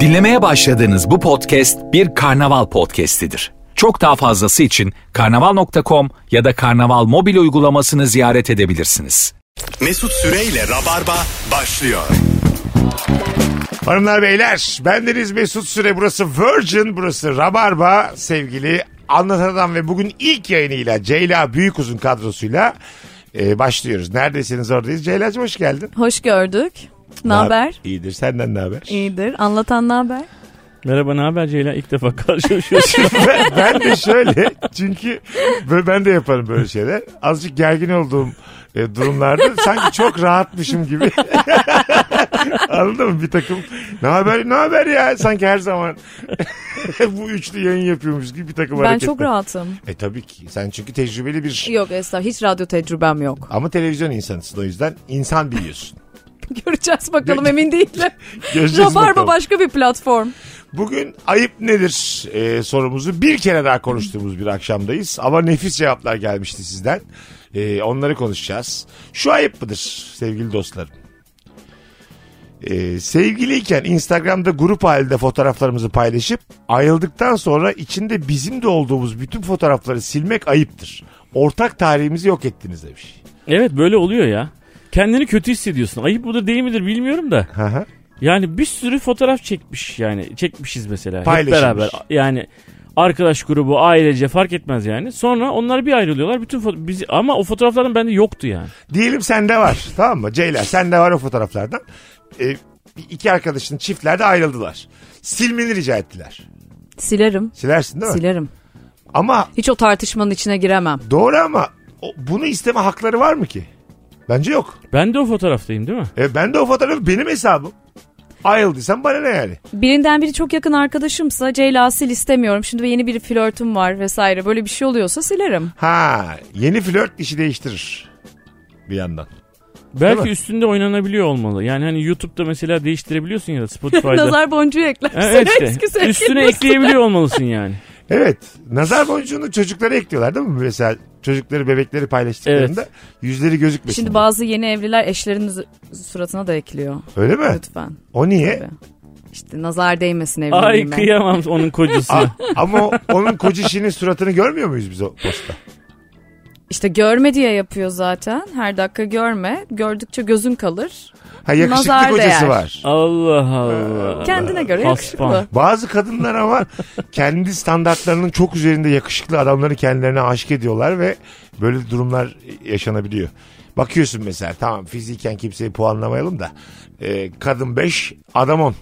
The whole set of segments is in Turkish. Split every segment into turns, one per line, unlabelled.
Dinlemeye başladığınız bu podcast bir karnaval podcastidir. Çok daha fazlası için karnaval.com ya da karnaval mobil uygulamasını ziyaret edebilirsiniz.
Mesut Süreyle Rabarba başlıyor.
Hanımlar beyler bendeniz Mesut Süre burası Virgin burası Rabarba sevgili Anlatan Adam ve bugün ilk yayınıyla Ceyla Büyükuzun kadrosuyla e, başlıyoruz. Neredeyseniz oradayız. Ceyla'cığım hoş geldin.
Hoş gördük. Ne haber?
İyidir senden ne haber?
İyidir. Anlatan ne haber?
Merhaba ne haber Ceylan? İlk defa karşılaşıyoruz.
ben, ben de şöyle çünkü böyle ben de yaparım böyle şeyler. Azıcık gergin olduğum e, durumlarda sanki çok rahatmışım gibi. Anladın mı? Bir takım ne haber ne haber ya sanki her zaman bu üçlü yayın yapıyormuş gibi bir takım
Ben
hareketler.
çok rahatım.
E tabii ki. Sen çünkü tecrübeli bir
Yok Esra hiç radyo tecrübem yok.
ama televizyon insanısın o yüzden insan biliyorsun.
Göreceğiz bakalım emin değilim.
Göreceğiz
Rabarba
bakalım.
başka bir platform.
Bugün ayıp nedir e, sorumuzu bir kere daha konuştuğumuz bir akşamdayız. Ama nefis cevaplar gelmişti sizden. E, onları konuşacağız. Şu ayıp mıdır sevgili dostlarım? E, sevgiliyken Instagram'da grup halinde fotoğraflarımızı paylaşıp ayrıldıktan sonra içinde bizim de olduğumuz bütün fotoğrafları silmek ayıptır. Ortak tarihimizi yok ettiniz demiş.
evet böyle oluyor ya. Kendini kötü hissediyorsun. Ayıp budur değil midir bilmiyorum da.
Hı hı.
Yani bir sürü fotoğraf çekmiş yani. Çekmişiz mesela. Hep
Paylaşılmış.
beraber. Yani arkadaş grubu, ailece fark etmez yani. Sonra onlar bir ayrılıyorlar. Bütün foto- bizi ama o fotoğrafların bende yoktu yani.
Diyelim sende var tamam mı Ceyla sende var o fotoğraflardan. Ee, iki arkadaşın çiftlerde ayrıldılar. Silmeni rica ettiler.
Silerim.
Silersin değil mi?
Silerim.
Ama
Hiç o tartışmanın içine giremem.
doğru ama o- bunu isteme hakları var mı ki? Bence yok.
Ben de o fotoğraftayım değil mi?
E, ben de o fotoğrafı benim hesabım. Ayrıldıysan bana ne yani?
Birinden biri çok yakın arkadaşımsa Ceyla sil istemiyorum. Şimdi yeni bir flörtüm var vesaire. Böyle bir şey oluyorsa silerim.
Ha yeni flört işi değiştirir. Bir yandan. Değil
Belki
mi?
üstünde oynanabiliyor olmalı. Yani hani YouTube'da mesela değiştirebiliyorsun ya da Spotify'da.
Nazar boncuğu eklersin.
Ha, evet işte.
Eski sevgilin
Üstüne
olsun.
ekleyebiliyor olmalısın yani.
Evet. Nazar boncuğunu çocuklara ekliyorlar değil mi? Mesela çocukları bebekleri paylaştıklarında yüzleri gözükmesin.
Şimdi
diye.
bazı yeni evliler eşlerinin z- suratına da ekliyor.
Öyle mi?
Lütfen.
O niye?
Tabii. İşte nazar değmesin
Ay
evliliğime.
kıyamam onun kocasına.
A- ama o- onun kocişinin suratını görmüyor muyuz biz o posta?
İşte görme diye yapıyor zaten. Her dakika görme. Gördükçe gözün kalır.
Ha yakışıklı
Nazar
kocası
değer.
var.
Allah
Ee,
Allah.
Kendine göre
Paspan.
yakışıklı.
Bazı kadınlar ama kendi standartlarının çok üzerinde yakışıklı adamları kendilerine aşık ediyorlar ve böyle durumlar yaşanabiliyor. Bakıyorsun mesela tamam fiziken kimseyi puanlamayalım da e, kadın 5 adam 10.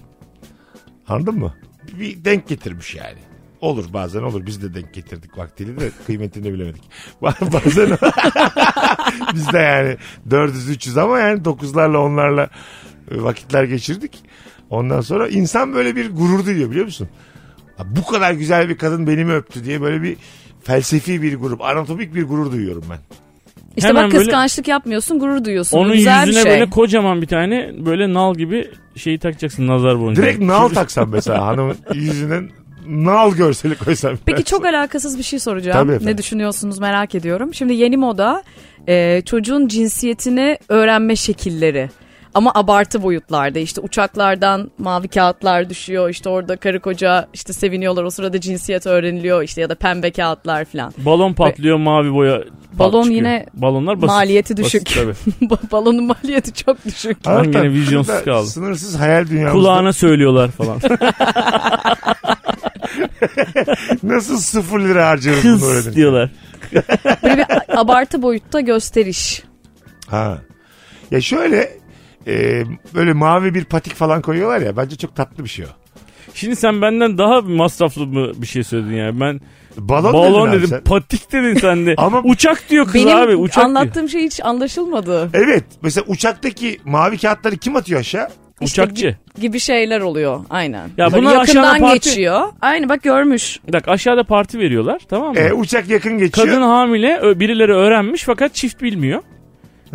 Anladın mı? Bir denk getirmiş yani. Olur bazen olur. Biz de denk getirdik vaktiyle de kıymetini bilemedik. Ba- bazen biz de yani 400 300 ama yani 9'larla onlarla e, vakitler geçirdik. Ondan sonra insan böyle bir gurur duyuyor biliyor musun? Ha, Bu kadar güzel bir kadın beni mi öptü diye böyle bir felsefi bir grup, anatomik bir gurur duyuyorum ben.
İşte
Hemen
bak
böyle-
kıskançlık yapmıyorsun gurur duyuyorsun.
Onun
Güzel
yüzüne
bir şey.
böyle kocaman bir tane böyle nal gibi şeyi takacaksın nazar boncuğu.
Direkt nal taksam mesela hanımın yüzünden nal görseli koysam.
Peki çok alakasız bir şey soracağım.
Tabii efendim.
ne düşünüyorsunuz merak ediyorum. Şimdi yeni moda e, çocuğun cinsiyetini öğrenme şekilleri. Ama abartı boyutlarda işte uçaklardan mavi kağıtlar düşüyor işte orada karı koca işte seviniyorlar o sırada cinsiyet öğreniliyor işte ya da pembe kağıtlar falan.
Balon patlıyor mavi boya. pat
Balon
çıkıyor.
yine
Balonlar basit.
maliyeti
basit
düşük.
tabii.
Balonun maliyeti çok düşük.
Hanım
Hakikaten
yine vizyonsuz
şurada
kaldı.
Sınırsız hayal dünyamızda
Kulağına söylüyorlar falan.
nasıl sıfır lira harcıyoruz bunu öğrenirken?
Kız diyorlar.
Böyle bir abartı boyutta gösteriş.
Ha. Ya şöyle e, böyle mavi bir patik falan koyuyorlar ya bence çok tatlı bir şey o.
Şimdi sen benden daha masraflı mı bir şey söyledin yani. Ben
Balon,
balon,
dedin abi
dedim,
sen.
patik dedin sen de.
Ama-
uçak diyor kız
Benim
abi, uçak diyor.
anlattığım şey hiç anlaşılmadı.
Evet mesela uçaktaki mavi kağıtları kim atıyor aşağı?
İşte
Uçakçı.
gi- gibi şeyler oluyor aynen.
Ya
Böyle
bunlar
yakından
aşağıda parti-
geçiyor. Aynı bak görmüş.
Bak aşağıda parti veriyorlar tamam mı?
E, uçak yakın geçiyor.
Kadın hamile ö- birileri öğrenmiş fakat çift bilmiyor.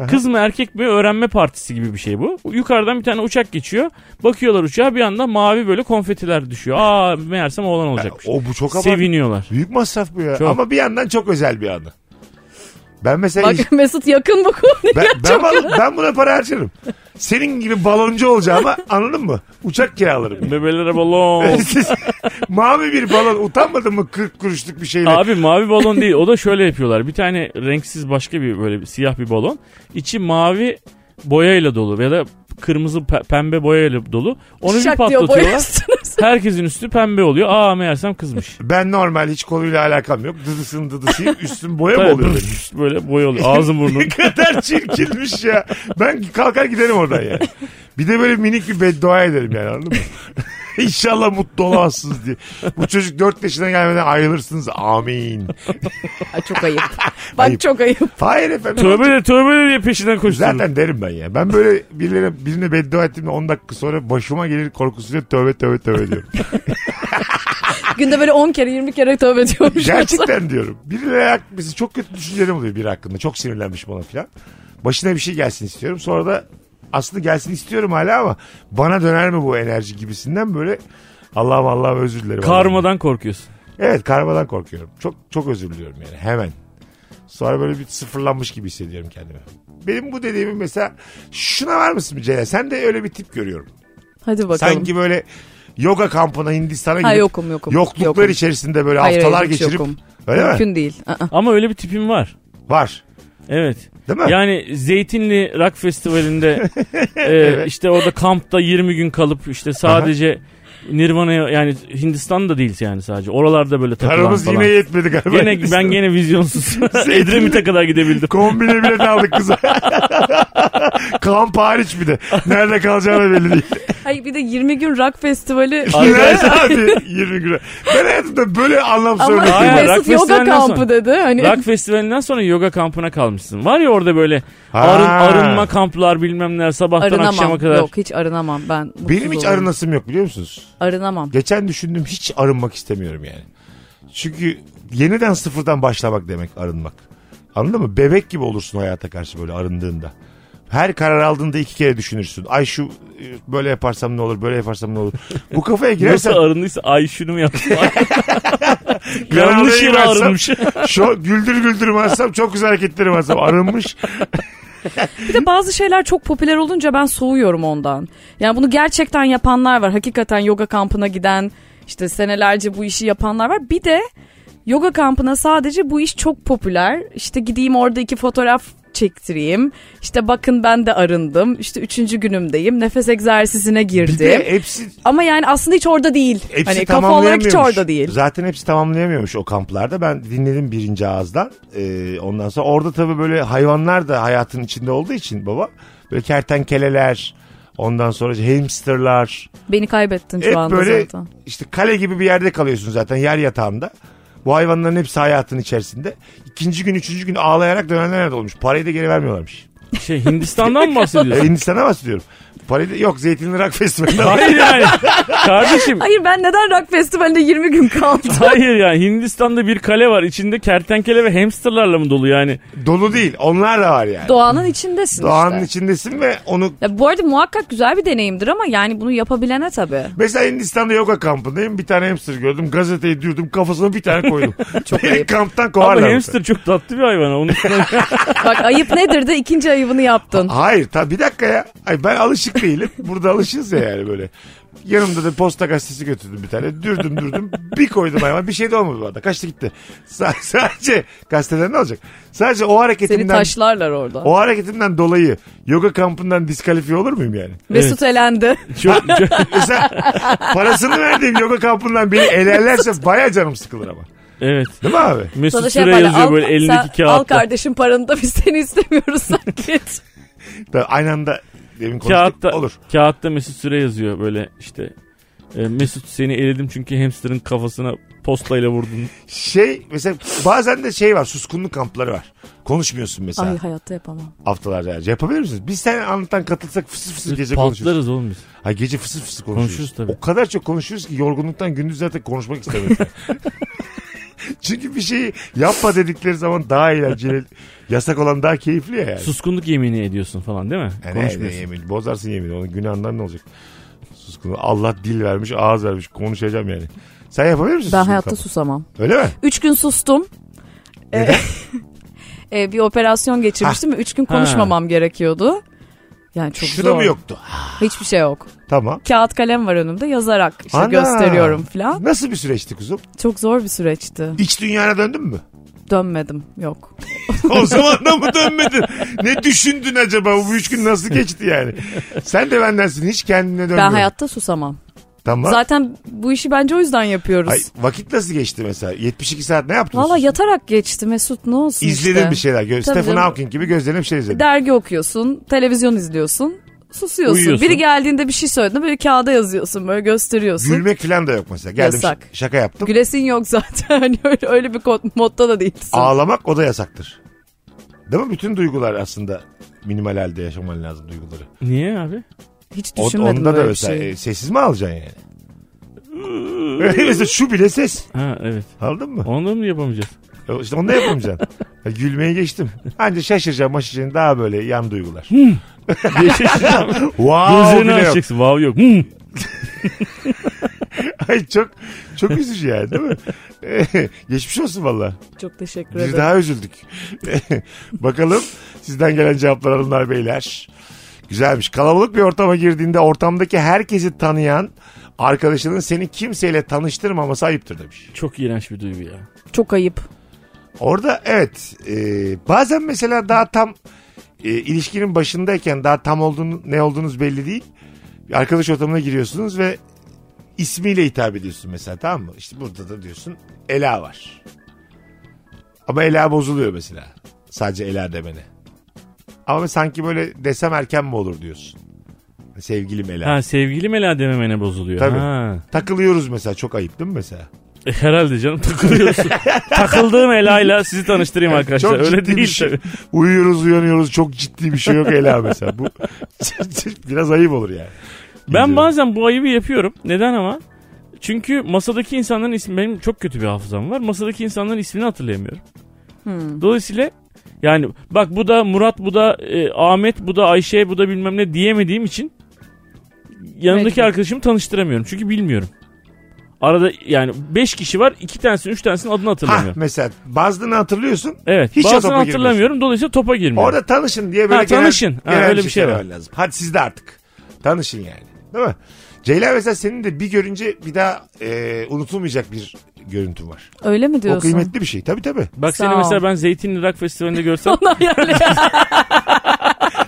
Kız mı erkek mi öğrenme partisi gibi bir şey bu. Yukarıdan bir tane uçak geçiyor. Bakıyorlar uçağa bir anda mavi böyle konfetiler düşüyor. Aa meğersem oğlan olacakmış.
O bu çok abartı.
Seviniyorlar.
Büyük masraf bu ya.
Çok.
Ama bir yandan çok özel bir anı. Ben mesela
Bak Mesut yakın bu konuya
ben, ben,
çok.
bal- ben buna para harcarım. Senin gibi baloncu olacağıma anladın mı? Uçak kiralarım.
Bebelere balon.
Siz- mavi bir balon utanmadın mı 40 kuruşluk bir şeyle?
Abi mavi balon değil. O da şöyle yapıyorlar. Bir tane renksiz başka bir böyle bir siyah bir balon. İçi mavi boyayla dolu ya da kırmızı pe- pembe boyayla dolu. Onu bir
Şak diyor
patlatıyorlar.
boyuyorsunuz.
Herkesin üstü pembe oluyor. Aa meğersem kızmış.
Ben normal hiç konuyla alakam yok. Dıdısın dıdısıyım üstüm boya mı
Tabii,
oluyor? benim?
püf, böyle boy oluyor. Ağzın burnun.
ne kadar çirkinmiş ya. Ben kalkar giderim oradan yani. Bir de böyle minik bir beddua ederim yani anladın mı? İnşallah mutlu olamazsınız diye. Bu çocuk 4 yaşına gelmeden ayrılırsınız. Amin.
Ay, çok ayıp. Bak
Ayıp.
çok ayıp.
Hayır efendim.
tövbe de tövbe de diye peşinden koştum.
Zaten derim ben ya. Ben böyle birilerine, birine beddua ettiğimde 10 dakika sonra başıma gelir korkusuyla tövbe tövbe tövbe diyorum.
Günde böyle 10 kere 20 kere tövbe ediyormuş.
Gerçekten diyorum. Birileri hak- mesela çok kötü düşüncelerim oluyor biri hakkında. Çok sinirlenmiş bana filan. Başına bir şey gelsin istiyorum. Sonra da aslında gelsin istiyorum hala ama bana döner mi bu enerji gibisinden böyle Allah'ım Allah'ım özür dilerim.
Karmadan korkuyorsun.
Evet karmadan korkuyorum. Çok çok özür diliyorum yani hemen. Sonra böyle bir sıfırlanmış gibi hissediyorum kendimi. Benim bu dediğimin mesela şuna var mısın Ceylan? Sen de öyle bir tip görüyorum.
Hadi bakalım.
Sanki böyle yoga kampına Hindistan'a
Ha,
gidip
yokum, yokum,
yokluklar
yokum.
içerisinde böyle
Hayır,
haftalar
hayır, hiç
geçirip
yokum.
öyle mi?
Mümkün değil. Aa,
Ama öyle bir tipim var.
Var.
Evet.
Değil mi?
Yani Zeytinli Rock Festivali'nde e, işte orada kampta 20 gün kalıp işte sadece Nirvana'ya yani Hindistan'da değil yani sadece. Oralarda böyle takılan
Paramız
falan.
yine yetmedi galiba.
Gene, ben gene vizyonsuz.
Zeytinli-
Edremit'e kadar gidebildim.
Kombine bilet aldık kıza. Kamp hariç bir de. Nerede kalacağını belli değil.
Ay bir de 20 gün rock festivali.
Evet abi 20 gün. Ben hayatımda böyle anlam
Ama
sormak
Hayır, rock
Mesut yoga
festivalinden sonra.
kampı dedi. Hani
Rock Festivali'nden sonra yoga kampına kalmışsın. Var ya orada böyle
Ha.
arın, arınma kamplar bilmem neler sabahtan akşama
arınamam.
kadar.
Yok hiç arınamam ben. mutsuz
Benim hiç
olurum.
arınasım yok biliyor musunuz?
Arınamam.
Geçen düşündüm hiç arınmak istemiyorum yani. Çünkü yeniden sıfırdan başlamak demek arınmak. Anladın mı? Bebek gibi olursun hayata karşı böyle arındığında. Her karar aldığında iki kere düşünürsün. Ay şu e, böyle yaparsam ne olur, böyle yaparsam ne olur. Bu kafaya girersen
Nasıl arındıysa ay şunu mu yaptım?
Kanalı'ya
Yanlış yere
girersem-
arınmış.
Şu güldür güldür varsam çok güzel hareketlerim varsam arınmış.
Bir de bazı şeyler çok popüler olunca ben soğuyorum ondan. Yani bunu gerçekten yapanlar var. Hakikaten yoga kampına giden işte senelerce bu işi yapanlar var. Bir de yoga kampına sadece bu iş çok popüler. İşte gideyim orada iki fotoğraf çektireyim. İşte bakın ben de arındım. İşte üçüncü günümdeyim. Nefes egzersizine
Bir
girdim.
de hepsi
Ama yani aslında hiç orada değil.
hepsi
hani kafa olarak
tamamlayamıyormuş.
hiç orada değil.
Zaten hepsi tamamlayamıyormuş o kamplarda. Ben dinledim birinci ağızdan. Ee, ondan sonra orada tabii böyle hayvanlar da hayatın içinde olduğu için baba. Böyle kertenkeleler, ondan sonra hamsterlar.
Beni kaybettin şu
Hep
anda
böyle
zaten.
işte kale gibi bir yerde kalıyorsun zaten yer yatağında. Bu hayvanların hepsi hayatın içerisinde. İkinci gün, üçüncü gün ağlayarak dönenler de olmuş. Parayı da geri vermiyorlarmış.
Şey Hindistan'dan mı
E,
bahsediyorsun?
Hindistan'a bahsediyorum. Parayı da- yok Zeytinli Rock Festivali'nde var.
Hayır yani. Kardeşim
Hayır ben neden rock festivalinde 20 gün kaldım?
Hayır ya Hindistan'da bir kale var. İçinde kertenkele ve hamsterlarla mı dolu yani?
Dolu değil. Onlar da var yani.
Doğanın içindesin
Doğanın
işte.
içindesin ve onu...
Ya bu arada muhakkak güzel bir deneyimdir ama yani bunu yapabilene tabii.
Mesela Hindistan'da yoga kampındayım. Bir tane hamster gördüm. Gazeteyi dürdüm. Kafasına bir tane koydum. Çok Beni
ayıp.
kamptan
Ama
kovarlar.
hamster çok tatlı bir hayvan. Onu
Bak ayıp nedir de ikinci ayıbını yaptın.
Hayır tabi bir dakika ya. Ay ben alışık değilim. Burada alışığız ya yani böyle. Yanımda da posta gazetesi götürdüm bir tane. Dürdüm dürdüm. Bir koydum hayvan. Bir şey de olmadı bu arada. Kaçtı gitti. Sa- sadece gazeteden ne olacak? Sadece o hareketimden...
Seni taşlarlar orada.
O hareketimden dolayı yoga kampından diskalifiye olur muyum yani?
Mesut elendi.
çok, çok-
Mesela parasını verdiğim yoga kampından beni elerlerse baya canım sıkılır ama.
evet.
Değil mi abi?
Mesut
Sana
Süre
şey yaparlar,
yazıyor
al-
böyle elindeki
sen- Al
kağıtta.
kardeşim paranı da biz seni istemiyoruz sanki.
Tabii aynı anda demin konuştuk.
Kağıtta,
Olur.
kağıtta Mesut Süre yazıyor böyle işte. e, Mesut seni eledim çünkü hamsterın kafasına postayla vurdun.
Şey mesela bazen de şey var suskunluk kampları var. Konuşmuyorsun mesela
Ay hayatta yapamam.
haftalarca. yani. Yapabilir misiniz? Biz sen anlatan katılsak fısır fısır gece konuşuruz.
Patlarız oğlum biz.
Ha gece fısır fısır konuşuyoruz.
Konuşuruz tabii.
O kadar çok konuşuyoruz ki yorgunluktan gündüz zaten konuşmak istemiyoruz. Çünkü bir şeyi yapma dedikleri zaman daha eğlenceli. Yasak olan daha keyifli ya yani.
Suskunluk yemini ediyorsun falan değil mi?
Yani
Konuşmuyorsun.
evde yemin. Bozarsın yemin. Onun günahından ne olacak? Suskun. Allah dil vermiş, ağız vermiş. Konuşacağım yani. Sen yapabilir misin?
Ben
suskunluk
hayatta
kampı?
susamam.
Öyle mi?
Üç gün sustum.
Neden?
Ee, e, bir operasyon geçirmiştim ve üç gün konuşmamam gerekiyordu. Yani çok
Şu da
zor.
mı yoktu?
Hiçbir şey yok.
Tamam.
Kağıt kalem var önümde yazarak işte
Ana.
gösteriyorum falan.
Nasıl bir süreçti kuzum?
Çok zor bir süreçti.
İç dünyana döndün mü?
Dönmedim yok.
o zaman da mı dönmedin? Ne düşündün acaba? Bu üç gün nasıl geçti yani? Sen de bendensin. Hiç kendine dönmedin.
Ben hayatta susamam.
Tamam.
Zaten bu işi bence o yüzden yapıyoruz.
Ay, vakit nasıl geçti mesela? 72 saat ne yaptın?
Valla yatarak geçti Mesut ne olsun
İzledin
işte.
bir şey. şeyler. Gö-
Tabii
Stephen
canım.
Hawking gibi gözlerim şey izledin.
Dergi okuyorsun, televizyon izliyorsun, susuyorsun.
Uyuyorsun.
Biri geldiğinde bir şey söylediğinde böyle kağıda yazıyorsun, böyle gösteriyorsun.
Gülmek falan da yok mesela. Geldim
Yasak.
ş- şaka yaptım.
Gülesin yok zaten. Hani öyle, öyle bir kod, modda da değilsin.
Ağlamak o da yasaktır. Değil mi? Bütün duygular aslında minimal halde yaşaman lazım duyguları.
Niye abi?
Hiç
O-
düşünmedim
onda da
böyle bir
mesela
şey.
e, sessiz mi alacaksın yani? mesela şu bile ses.
Ha evet.
Anladın mı?
Onu da mı yapamayacağız?
E, İşte onu da yapamayacaksın. Ya Gülmeyi geçtim. Anca şaşıracağım maşıracağım daha böyle yan duygular.
Hmm.
wow
Gözlerini
bile yok.
açacaksın. Vav yok. Hmm.
Ay çok çok üzücü yani değil mi? E, Geçmiş olsun valla.
Çok teşekkür
Bir
ederim.
daha üzüldük. Bakalım sizden gelen cevaplar alınlar beyler. Güzelmiş. Kalabalık bir ortama girdiğinde ortamdaki herkesi tanıyan arkadaşının seni kimseyle tanıştırmaması ayıptır demiş.
Çok iğrenç bir duygu ya.
Çok ayıp.
Orada evet e, bazen mesela daha tam e, ilişkinin başındayken daha tam olduğunu, ne olduğunuz belli değil. Bir arkadaş ortamına giriyorsunuz ve ismiyle hitap ediyorsun mesela tamam mı? İşte burada da diyorsun Ela var. Ama Ela bozuluyor mesela. Sadece Ela demene. Ama sanki böyle desem erken mi olur diyorsun. Sevgilim Ela.
Ha sevgili Mela dememene bozuluyor.
Tabii.
Ha.
Takılıyoruz mesela çok ayıp değil mi mesela?
E, herhalde canım takılıyorsun. Takıldığım Ela'yla sizi tanıştırayım arkadaşlar.
Çok
Öyle
ciddi bir
değil
şey.
tabii.
Uyuyoruz uyanıyoruz çok ciddi bir şey yok Ela mesela. Bu biraz ayıp olur yani.
Ben
Bilmiyorum.
bazen bu ayıbı yapıyorum. Neden ama? Çünkü masadaki insanların ismi benim çok kötü bir hafızam var. Masadaki insanların ismini hatırlayamıyorum.
Hmm.
Dolayısıyla yani bak bu da Murat, bu da e, Ahmet, bu da Ayşe, bu da bilmem ne diyemediğim için yanındaki
Mecbur.
arkadaşımı tanıştıramıyorum. Çünkü bilmiyorum. Arada yani 5 kişi var. 2 tanesinin 3 tanesinin adını
Ha
hatırlamıyorum.
mesela bazılarını hatırlıyorsun.
evet.
Hiç o
bazılarını
topa girmiyorsun.
hatırlamıyorum. Dolayısıyla topa girmiyorum.
Orada tanışın diye böyle
Ha,
genel-
tanışın. Ha,
genel
öyle bir şey var.
söylemen lazım. Hadi siz de artık. Tanışın yani. Değil mi? Ceylan mesela senin de bir görünce bir daha e, unutulmayacak bir görüntün var.
Öyle mi
O
diyorsun?
kıymetli bir şey. Tabii tabii.
Bak
Sağ
seni
ol.
mesela ben Zeytinli Rock Festivali'nde görsem
Ondan yani-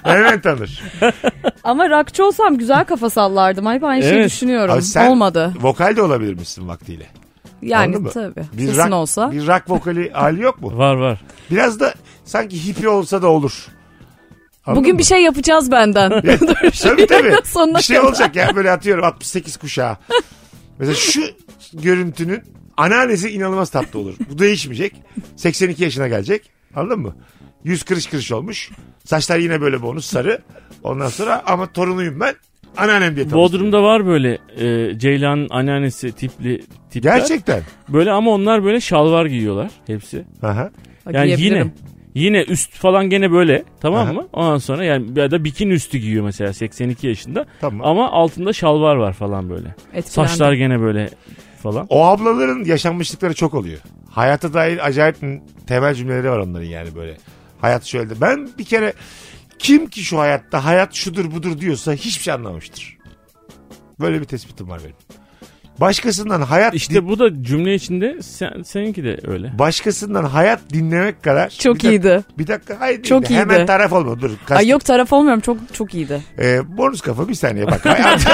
Hemen tanır.
Ama rockçı olsam güzel kafa sallardım. Hep aynı şeyi
Evet.
düşünüyorum.
Abi sen
Olmadı.
Vokal de olabilir misin vaktiyle? Anladın
Yani
mı?
tabii.
Bir
Sesin
rock-
olsa.
Bir rock vokali hali yok mu?
var var.
Biraz da sanki hippie olsa da olur. Anladın
Bugün
mı?
bir şey yapacağız benden. Dur,
Tabii tabii.
Sonuna
bir şey
kadar.
olacak ya böyle atıyorum 68 kuşağı. Mesela şu görüntünün analizi inanılmaz tatlı olur. Bu değişmeyecek. 82 yaşına gelecek. Anladın mı? Yüz kırış kırış olmuş. Saçlar yine böyle bonus sarı. Ondan sonra ama torunuyum ben. Anneannem diye tanıştım.
Bodrum'da var böyle e, Ceylan'ın anneannesi tipli tipler.
Gerçekten.
Böyle ama onlar böyle şalvar giyiyorlar hepsi.
Aha.
Ha,
Yani yine
giyebilirim.
yine üst falan gene böyle tamam
Aha.
mı? Ondan sonra yani ya da bikini üstü giyiyor mesela 82 yaşında.
Tamam.
Ama altında şalvar var falan böyle.
Etkilendim.
Saçlar gene böyle falan.
O ablaların yaşanmışlıkları çok oluyor. Hayata dair acayip n- temel cümleleri var onların yani böyle. Hayat şöyle. de- Ben bir kere kim ki şu hayatta hayat şudur budur diyorsa hiçbir şey anlamamıştır. Böyle bir tespitim var benim. Başkasından hayat din-
İşte bu da cümle içinde sen, seninki de öyle.
başkasından hayat dinlemek kadar
Çok
bir dak-
iyiydi.
bir dakika hayır
Çok
değil de hemen
iyiydi.
taraf olma dur. Kas,
Ay yok taraf olmuyorum çok çok iyiydi.
Ee, bonus kafa bir saniye bak. Hayat-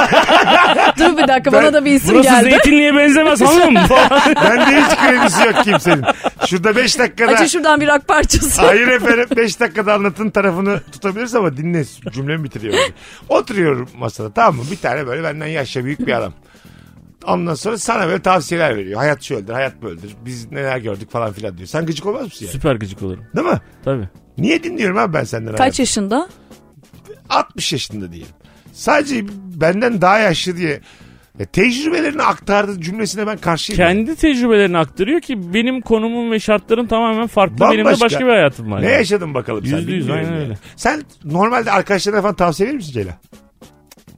Dur bir dakika
Ben-
bana da bir isim
Burası
geldi.
zeytinliğe benzemez hanım. falan.
Bende hiç kredisi yok kimsenin. Şurada 5 dakikada.
Açın şuradan bir ak parçası.
Hayır efendim 5 dakikada anlatın tarafını tutabiliriz ama dinle cümlemi bitiriyor. önce. Oturuyorum masada tamam mı? Bir tane böyle benden yaşça büyük bir adam. Ondan sonra sana böyle tavsiyeler veriyor. Hayat şöyledir, hayat böyledir. Biz neler gördük falan filan diyor. Sen gıcık olmaz mısın yani?
Süper gıcık olurum.
Değil mi?
Tabii.
Niye dinliyorum abi ben senden
Kaç
hayatı?
yaşında?
60 yaşında diyelim. Sadece benden daha yaşlı diye e, tecrübelerini aktardı cümlesine ben karşıyım.
Kendi tecrübelerini aktarıyor ki benim konumum ve şartlarım tamamen farklı. Benim de
Bambaşka.
başka bir hayatım var.
Ne
yani.
yaşadın bakalım sen?
Yüzde yüz,
Bilmiyorum
aynen
yani.
öyle.
Sen normalde arkadaşlarına falan tavsiye verir misin Ceyla?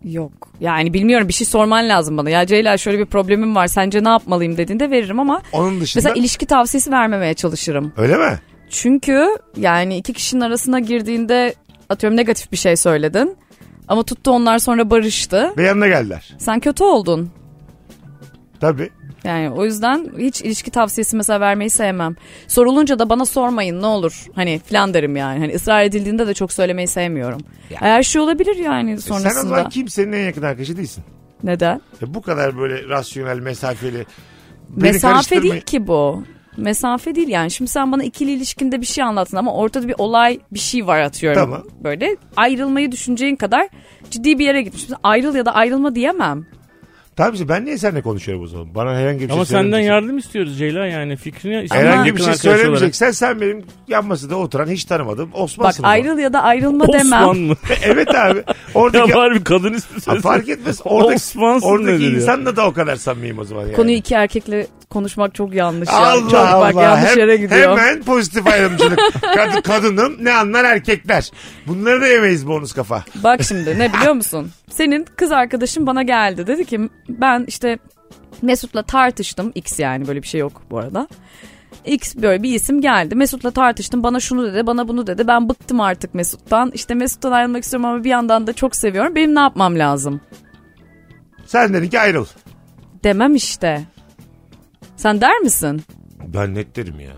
Yok. Yani bilmiyorum bir şey sorman lazım bana. Ya Ceyla şöyle bir problemim var. Sence ne yapmalıyım dediğinde veririm ama
Onun dışında
mesela ilişki tavsiyesi vermemeye çalışırım.
öyle mi?
Çünkü yani iki kişinin arasına girdiğinde atıyorum negatif bir şey söyledin. Ama tuttu onlar sonra barıştı.
Ve yanına geldiler.
Sen kötü oldun.
Tabii. E,
Yani o yüzden hiç ilişki tavsiyesi mesela vermeyi sevmem. Sorulunca da bana sormayın ne olur. Hani filan derim yani. Hani ısrar edildiğinde de çok söylemeyi sevmiyorum. Eğer şey olabilir yani
E sen o
sonrasında.
zaman kimsenin en yakın arkadaşı değilsin.
Neden?
E bu kadar böyle rasyonel, mesafeli. Beni
Mesafe
karıştırmayın.
değil ki bu. Mesafe değil yani. Şimdi sen bana ikili ilişkinde bir şey anlattın ama ortada bir olay bir şey var atıyorum.
Tamam.
Böyle ayrılmayı düşüneceğin kadar ciddi bir yere gitmiş. Şimdi Ayrıl ya da ayrılma diyemem.
Tamam işte ben niye seninle konuşuyorum o zaman? Bana herhangi bir
Ama
şey
senden
söylemeyeceksin.
yardım istiyoruz Ceyla yani fikrini.
Herhangi bir
yakın
şey
arkadaş olarak.
söylemeyeceksen sen benim yan masada oturan hiç tanımadığım
Bak
Osman'sın. o zaman. E,
ayrıl ya da ayrılma demem.
Osman mı?
evet abi.
ya
Oradaki
var bir kadın ismi
Ha,
söylesene.
fark etmez. Oradaki,
Osmansın
oradaki
nedir ya?
insanla da o kadar samimiyim o zaman yani.
Konuyu iki erkekle konuşmak çok yanlış. ya.
Allah
çok bak
Allah.
yanlış
Hem-
yere gidiyor.
Hemen pozitif ayrımcılık. Kad- kadınım ne anlar erkekler. Bunları da yemeyiz bonus kafa.
Bak şimdi ne biliyor musun? Senin kız arkadaşın bana geldi. Dedi ki ben işte Mesut'la tartıştım. X yani böyle bir şey yok bu arada. X böyle bir isim geldi. Mesut'la tartıştım. Bana şunu dedi, bana bunu dedi. Ben bıktım artık Mesut'tan. İşte Mesut'tan ayrılmak istiyorum ama bir yandan da çok seviyorum. Benim ne yapmam lazım?
Sen dedin ki ayrıl.
Demem işte. Sen der misin?
Ben net derim ya.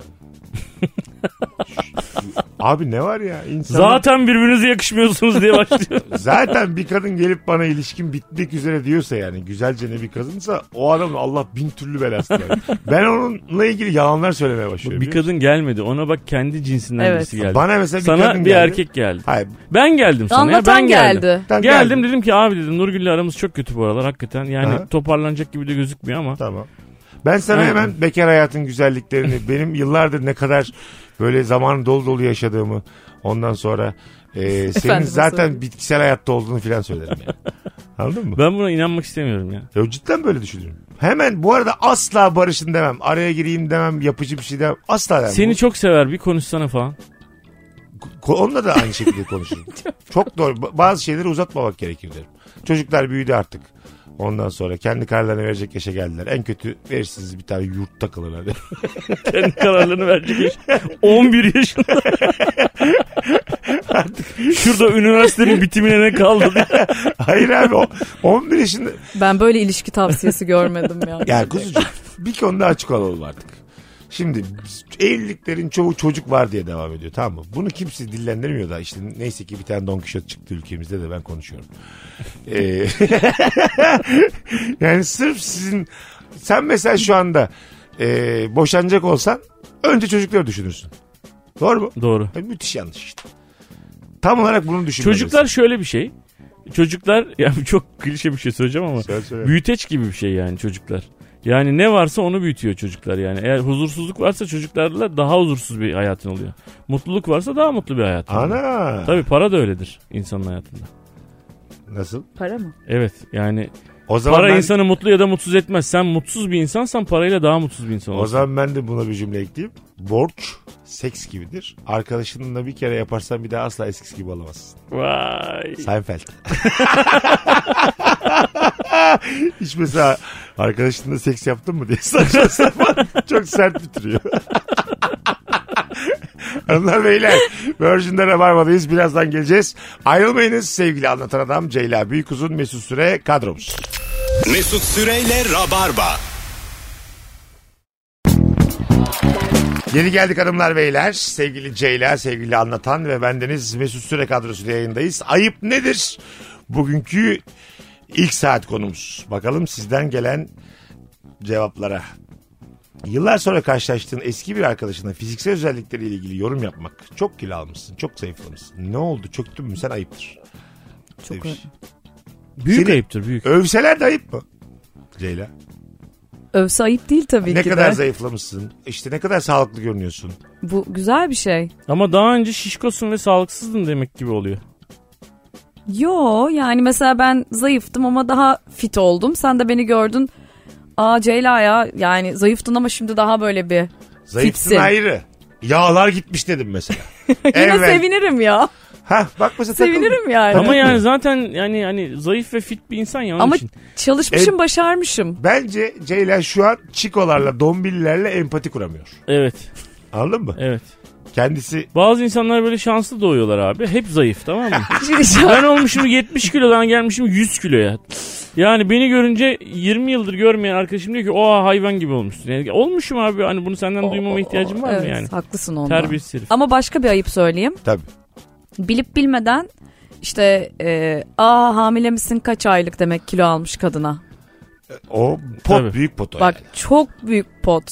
Abi ne var ya? İnsan
Zaten birbirinize yakışmıyorsunuz diye başlıyor.
Zaten bir kadın gelip bana ilişkin bitmek üzere diyorsa yani güzelce ne bir kadınsa o adamın Allah bin türlü belası. yani. ben onunla ilgili yalanlar söylemeye başlıyorum.
bir kadın gelmedi. Ona bak kendi cinsinden
Evet.
birisi geldi.
Bana mesela bir
sana
kadın
bir
geldi.
erkek geldi.
Hayır.
Ben geldim sana ya,
Anlatan
ben
geldi.
geldim.
Tamam,
geldim
geldim.
dedim ki abi dedim Nurgül'le aramız çok kötü bu aralar hakikaten. Yani
Aha.
toparlanacak gibi de gözükmüyor ama.
Tamam. Ben sana
Aynen.
hemen bekar hayatın güzelliklerini, benim yıllardır ne kadar böyle zaman dolu dolu yaşadığımı, ondan sonra e, senin
Efendim,
zaten
söyle.
bitkisel hayatta olduğunu filan söylerim yani. Anladın mı?
Ben buna inanmak istemiyorum ya.
Ya cidden böyle düşünüyorum. Hemen bu arada asla barışın demem. Araya gireyim demem. Yapıcı bir şey demem. Asla demem.
Seni çok sever bir konuşsana falan.
Ko- Onunla da aynı şekilde konuşurum. Çok doğru. Ba- Bazı şeyleri uzatmamak gerekir derim. Çocuklar büyüdü artık. Ondan sonra kendi kararlarını verecek yaşa geldiler. En kötü verirsiniz bir tane yurtta kalırlar. derim.
Kendi kararlarını verecek yaş. 11 yaşında. Artık şurada üniversitenin bitimine ne kaldı diye.
Hayır abi o 11 yaşında.
Ben böyle ilişki tavsiyesi görmedim ya.
Ya kuzucuğum bir konuda açık olalım artık. Şimdi biz- evliliklerin çoğu çocuk var diye devam ediyor tamam mı? Bunu kimse dillendirmiyor da işte neyse ki bir tane Don Quixote çıktı ülkemizde de ben konuşuyorum. Ee, yani sırf sizin sen mesela şu anda e, boşanacak olsan önce çocukları düşünürsün. Doğru mu?
Doğru.
E, müthiş yanlış işte. Tam olarak bunu düşünmelisin.
Çocuklar şöyle bir şey. Çocuklar ya bu çok klişe bir şey söyleyeceğim ama
Söyle, söyle.
büyüteç gibi bir şey yani çocuklar. Yani ne varsa onu büyütüyor çocuklar yani. Eğer huzursuzluk varsa çocuklarla daha huzursuz bir hayatın oluyor. Mutluluk varsa daha mutlu bir hayatın oluyor.
Ana.
Tabii para da öyledir insanın hayatında.
Nasıl?
Para mı?
Evet yani
O zaman
para
ben-
insanı mutlu ya da mutsuz etmez. Sen mutsuz bir insansan parayla daha mutsuz bir insan
O
olursun.
zaman ben de buna bir cümle ekleyeyim. Borç seks gibidir. Arkadaşınla bir kere yaparsan bir daha asla eskisi gibi olamazsın.
Vay.
Seinfeld. Hiç mesela arkadaşınla seks yaptın mı diye saçma sapan çok sert bitiriyor. Hanımlar beyler Virgin'de Rabarba'dayız. Birazdan geleceğiz. Ayrılmayınız sevgili anlatan adam Ceyla Büyükuzun Mesut Süre kadromuz.
Mesut Süreyle Rabarba.
Yeni geldik hanımlar beyler. Sevgili Ceyla, sevgili anlatan ve bendeniz Mesut Süre kadrosuyla yayındayız. Ayıp nedir? Bugünkü ilk saat konumuz. Bakalım sizden gelen cevaplara. Yıllar sonra karşılaştığın eski bir arkadaşına fiziksel özellikleriyle ilgili yorum yapmak. Çok kilo almışsın, çok zayıflamışsın. Ne oldu, çöktün mü sen ayıptır.
Çok
Demiş.
Büyük
Seni-
ayıptır büyük.
Övseler de ayıp mı? Ceyla.
Övse ayıp değil tabii
ne
ki
kadar
de.
zayıflamışsın, işte ne kadar sağlıklı görünüyorsun.
Bu güzel bir şey.
Ama daha önce şişkosun ve sağlıksızdın demek gibi oluyor.
Yo yani mesela ben zayıftım ama daha fit oldum. Sen de beni gördün. Aa Ceyla ya yani zayıftın ama şimdi daha böyle bir.
Zayıfsın
Fitsin.
ayrı. Yağlar gitmiş dedim mesela.
Yine
Evet.
sevinirim ya.
Hah bak mesela takıldım.
Sevinirim yani.
Ama yani zaten yani hani zayıf ve fit bir insan ya onun
Ama
için. E-
çalışmışım başarmışım.
Bence Ceylan şu an çikolarla, dombillerle empati kuramıyor.
Evet.
Anladın mı?
Evet.
Kendisi
Bazı insanlar böyle şanslı doğuyorlar abi. Hep zayıf tamam mı?
Şimdi şu-
ben olmuşum 70 kilodan gelmişim 100 kiloya. Yani beni görünce 20 yıldır görmeyen arkadaşım diyor ki oha hayvan gibi olmuşsun. Yani olmuşum abi hani bunu senden duymama ihtiyacım var mı
Evet,
yani?
Haklısın onda.
Terbiyesiz herif.
Ama başka bir ayıp söyleyeyim.
tabii.
Bilip bilmeden işte e, aa hamile misin kaç aylık demek kilo almış kadına.
O pot
Tabii.
büyük pot.
Bak çok büyük pot.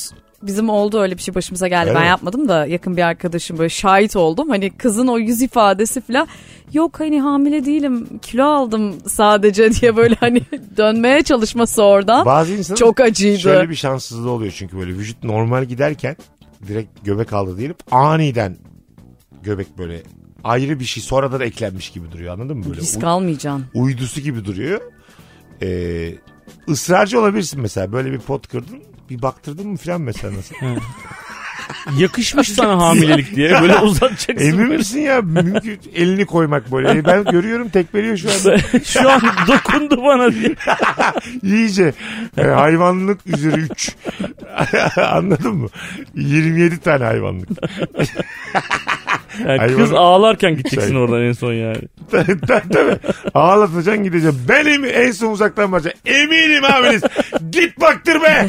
Bizim oldu öyle bir şey başımıza geldi.
Öyle
ben
mi?
yapmadım da yakın bir arkadaşım böyle şahit oldum. Hani kızın o yüz ifadesi falan. Yok hani hamile değilim kilo aldım sadece diye böyle hani dönmeye çalışması oradan.
Bazı insanın
Çok acıydı.
şöyle bir şey şanssızlığı oluyor çünkü böyle vücut normal giderken direkt göbek aldı diyelim aniden göbek böyle ayrı bir şey sonradan eklenmiş gibi duruyor anladın mı? Böyle
Risk
u-
almayacaksın.
uydusu gibi duruyor. Ee, ısrarcı olabilirsin mesela böyle bir pot kırdın bir baktırdın mı filan mesela nasıl?
Yakışmış sana hamilelik diye böyle uzatacaksın.
Emin
böyle.
misin ya? Mümkün elini koymak böyle. E, Ben görüyorum tekmeliyor şu an.
Şu an dokundu bana diye.
İyice e, hayvanlık üzeri 3. Anladın mı? 27 tane hayvanlık.
Yani
Hayvan-
kız ağlarken gideceksin
Şey.
oradan en son yani.
tabii tabii. Ağlatacaksın gideceğim. Benim en son uzaktan bakacak. Eminim abiniz. Git baktır be.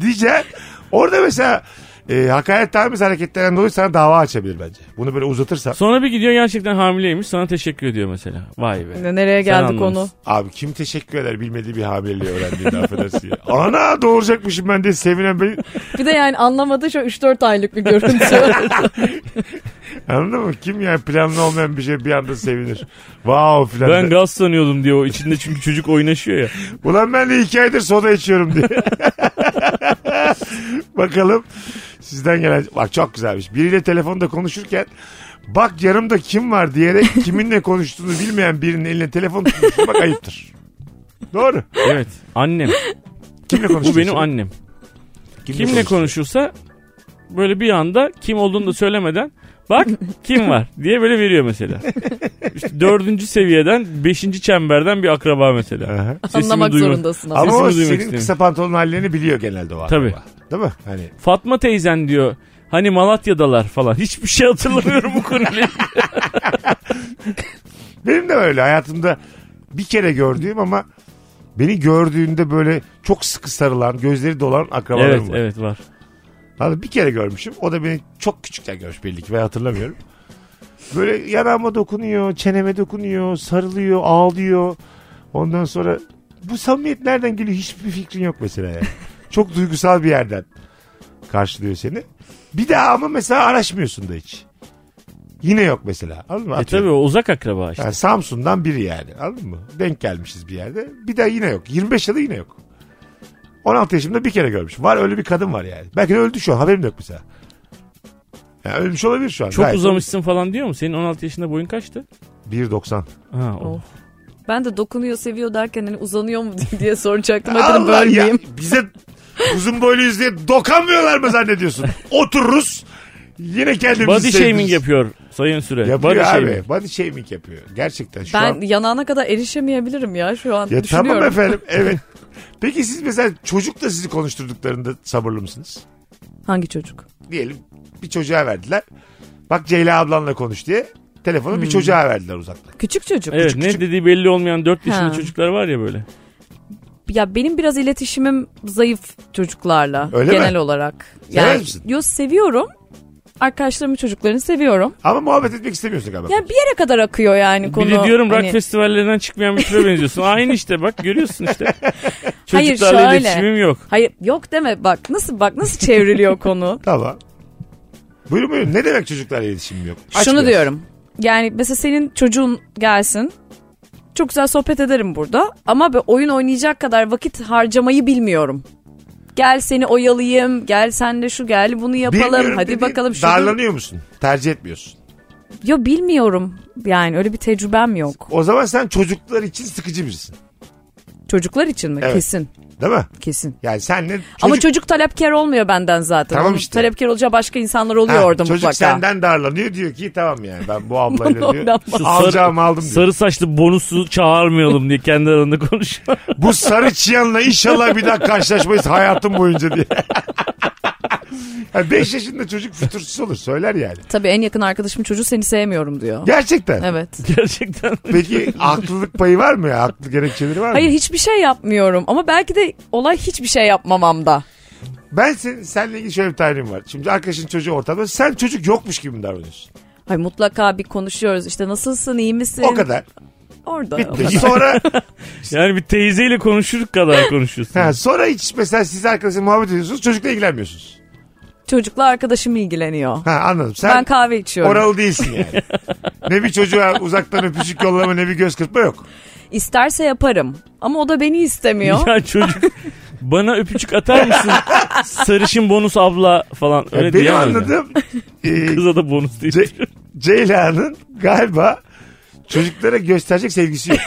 Diyeceksin. Orada mesela e, hakaret tahammüz hareketlerinden dolayı sana dava açabilir bence. Bunu böyle uzatırsan.
Sonra bir gidiyor gerçekten hamileymiş sana teşekkür ediyor mesela. Vay be.
Ne- Nereye geldi
anlamışsın.
konu?
Abi kim teşekkür eder bilmediği bir hamileliği öğrendiğinde affedersin ya. Ana doğuracakmışım ben diye sevinen beni.
Bir de yani anlamadı şu 3-4 aylık bir görüntü.
Anladın mı? Kim yani planlı olmayan bir şey bir anda sevinir. Wow filan.
Ben gaz sanıyordum diyor o içinde çünkü çocuk oynaşıyor ya.
Ulan ben de iki aydır soda içiyorum diye. Bakalım sizden gelen... Bak çok güzelmiş. Biriyle telefonda konuşurken bak yanımda kim var diyerek kiminle konuştuğunu bilmeyen birinin eline telefon tutuşturmak ayıptır. Doğru.
Evet annem.
Kimle konuşuyorsun?
Bu benim annem.
şey-
Kimle konuşursa böyle bir anda kim olduğunu da söylemeden bak kim var diye böyle veriyor mesela. İşte dördüncü seviyeden beşinci çemberden bir akraba mesela.
Aha.
Sesimi
Anlamak
duymak-
zorundasın.
Ama
Sesimi
o
duymak
senin
istedim.
kısa pantolon hallerini biliyor genelde o
Tabii.
araba. Değil mi? Hani
Fatma teyzen diyor hani Malatya'dalar falan. Hiçbir şey hatırlamıyorum bu konuyla.
Benim de öyle hayatımda bir kere gördüğüm ama beni gördüğünde böyle çok sıkı sarılan, gözleri dolan akrabalarım
evet
var.
evet var.
Abi bir kere görmüşüm. O da beni çok küçükken görmüş belli ki ben hatırlamıyorum. Böyle yanağıma dokunuyor, çeneme dokunuyor, sarılıyor, ağlıyor. Ondan sonra bu samimiyet nereden geliyor hiçbir fikrin yok mesela yani. Çok duygusal bir yerden karşılıyor seni. Bir daha ama mesela araşmıyorsun da hiç. Yine yok mesela. Anladın mı?
E
Atıyorum.
tabi o uzak akraba işte.
Yani Samsun'dan biri yani anladın mı? Denk gelmişiz bir yerde. Bir daha yine yok. 25 yılda yine yok. 16 yaşımda bir kere görmüş. Var öyle bir kadın var yani. Belki de öldü şu an haberim de yok mesela. Yani ölmüş olabilir şu an.
Çok
Gayet-
uzamışsın falan diyor mu? Senin 16 yaşında boyun kaçtı?
1.90.
Ha, o.
Of. Ben de dokunuyor seviyor derken hani uzanıyor mu diye soracaktım. Hadi
Allah ya
bölmeyeyim.
bize uzun boyluyuz diye dokanmıyorlar mı zannediyorsun? Otururuz. Yine kendimizi
Body shaming
sevdiririz.
yapıyor Sayın Süre.
Yapıyor
Body
abi.
shaming.
Body shaming yapıyor. Gerçekten şu
Ben
an.
yanağına kadar erişemeyebilirim ya şu an
Ya
düşünüyorum.
tamam efendim evet. Peki siz mesela çocukla sizi konuşturduklarında sabırlı mısınız?
Hangi çocuk?
diyelim bir çocuğa verdiler. Bak Ceyla ablanla konuş diye telefonu
Hmm.
bir çocuğa verdiler uzaktan.
Küçük çocuk.
Evet
Küçük
ne
küçük.
dediği belli olmayan 4 yaşında
Ha.
çocuklar var ya böyle.
Ya benim biraz iletişimim zayıf çocuklarla
Öyle
genel
mi?
olarak.
Sever misin?
Yo seviyorum. Arkadaşlarımı çocuklarını seviyorum.
Ama muhabbet etmek istemiyorsun galiba.
Ya bir yere kadar akıyor yani konu.
bir de diyorum rock
Hani-
festivallerinden çıkmayan bir türe benziyorsun. Aynı işte bak görüyorsun işte.
Hayır,
Çocuklarla
şöyle.
iletişimim yok.
Hayır yok deme bak nasıl bak nasıl çevriliyor konu.
Tamam. Buyurun buyurun. Ne demek çocuklarla iletişim yok? Aç
Şunu
biraz.
diyorum. Yani mesela senin çocuğun gelsin. Çok güzel sohbet ederim burada ama ben oyun oynayacak kadar vakit harcamayı bilmiyorum. Gel seni oyalayayım, gel sen de şu gel bunu yapalım.
Bilmiyorum
Hadi
dediğin,
bakalım şu.
Darlanıyor musun? Tercih etmiyorsun.
Yo bilmiyorum. Yani öyle bir tecrübem yok.
O zaman sen çocuklar için sıkıcı birisin.
Çocuklar için mi?
Evet.
Kesin,
Değil mi?
kesin.
Yani senle çocuk...
Ama çocuk talepkar olmuyor benden zaten.
Tamam
Onun
işte.
Talepkar olacağı başka insanlar
Ha,
oluyor orada
çocuk
mutlaka.
senden darlanıyor diyor ki tamam yani ben bu ablayla diyor.
Ondan
Şu
Alacağım aldım diyor.
Sarı saçlı bonusu çağırmayalım diye kendi aralarında konuşuyor.
Bu sarı çıyanla inşallah bir daha karşılaşmayız hayatım boyunca diye. Yani 5 yaşında çocuk fütursuz olur söyler yani.
Tabii en yakın arkadaşım çocuğu seni sevmiyorum diyor.
Gerçekten.
Evet.
Gerçekten.
Peki haklılık payı var mı ya? Haklı gerekçeleri var mı?
Hayır hiçbir şey yapmıyorum ama belki de olay hiçbir şey yapmamamda.
Ben sen, seninle ilgili şöyle bir tahayyülüm var. Şimdi arkadaşın çocuğu ortada. Sen çocuk yokmuş gibi mi davranıyorsun?
Ay mutlaka bir konuşuyoruz işte nasılsın iyi misin?
O kadar.
Orada.
Bitti. Sonra
Yani bir teyzeyle konuşur kadar konuşuyorsun.
ha, sonra hiç mesela siz arkadaşınla muhabbet ediyorsunuz. Çocukla ilgilenmiyorsunuz.
Çocukla arkadaşım ilgileniyor.
Ha anladım. Sen
Ben kahve içiyorum.
oralı değilsin yani. ne bir çocuğa uzaktan öpücük yollama ne bir göz kırpma yok.
İsterse yaparım ama o da beni istemiyor.
Ya çocuk bana öpücük atar mısın? Sarışın bonus abla falan.
Yani
Öyle
benim
diyemez yani.
anladığım e,
Kıza da bonus değil.
Ce- Ceylan'ın galiba çocuklara gösterecek sevgisi yok.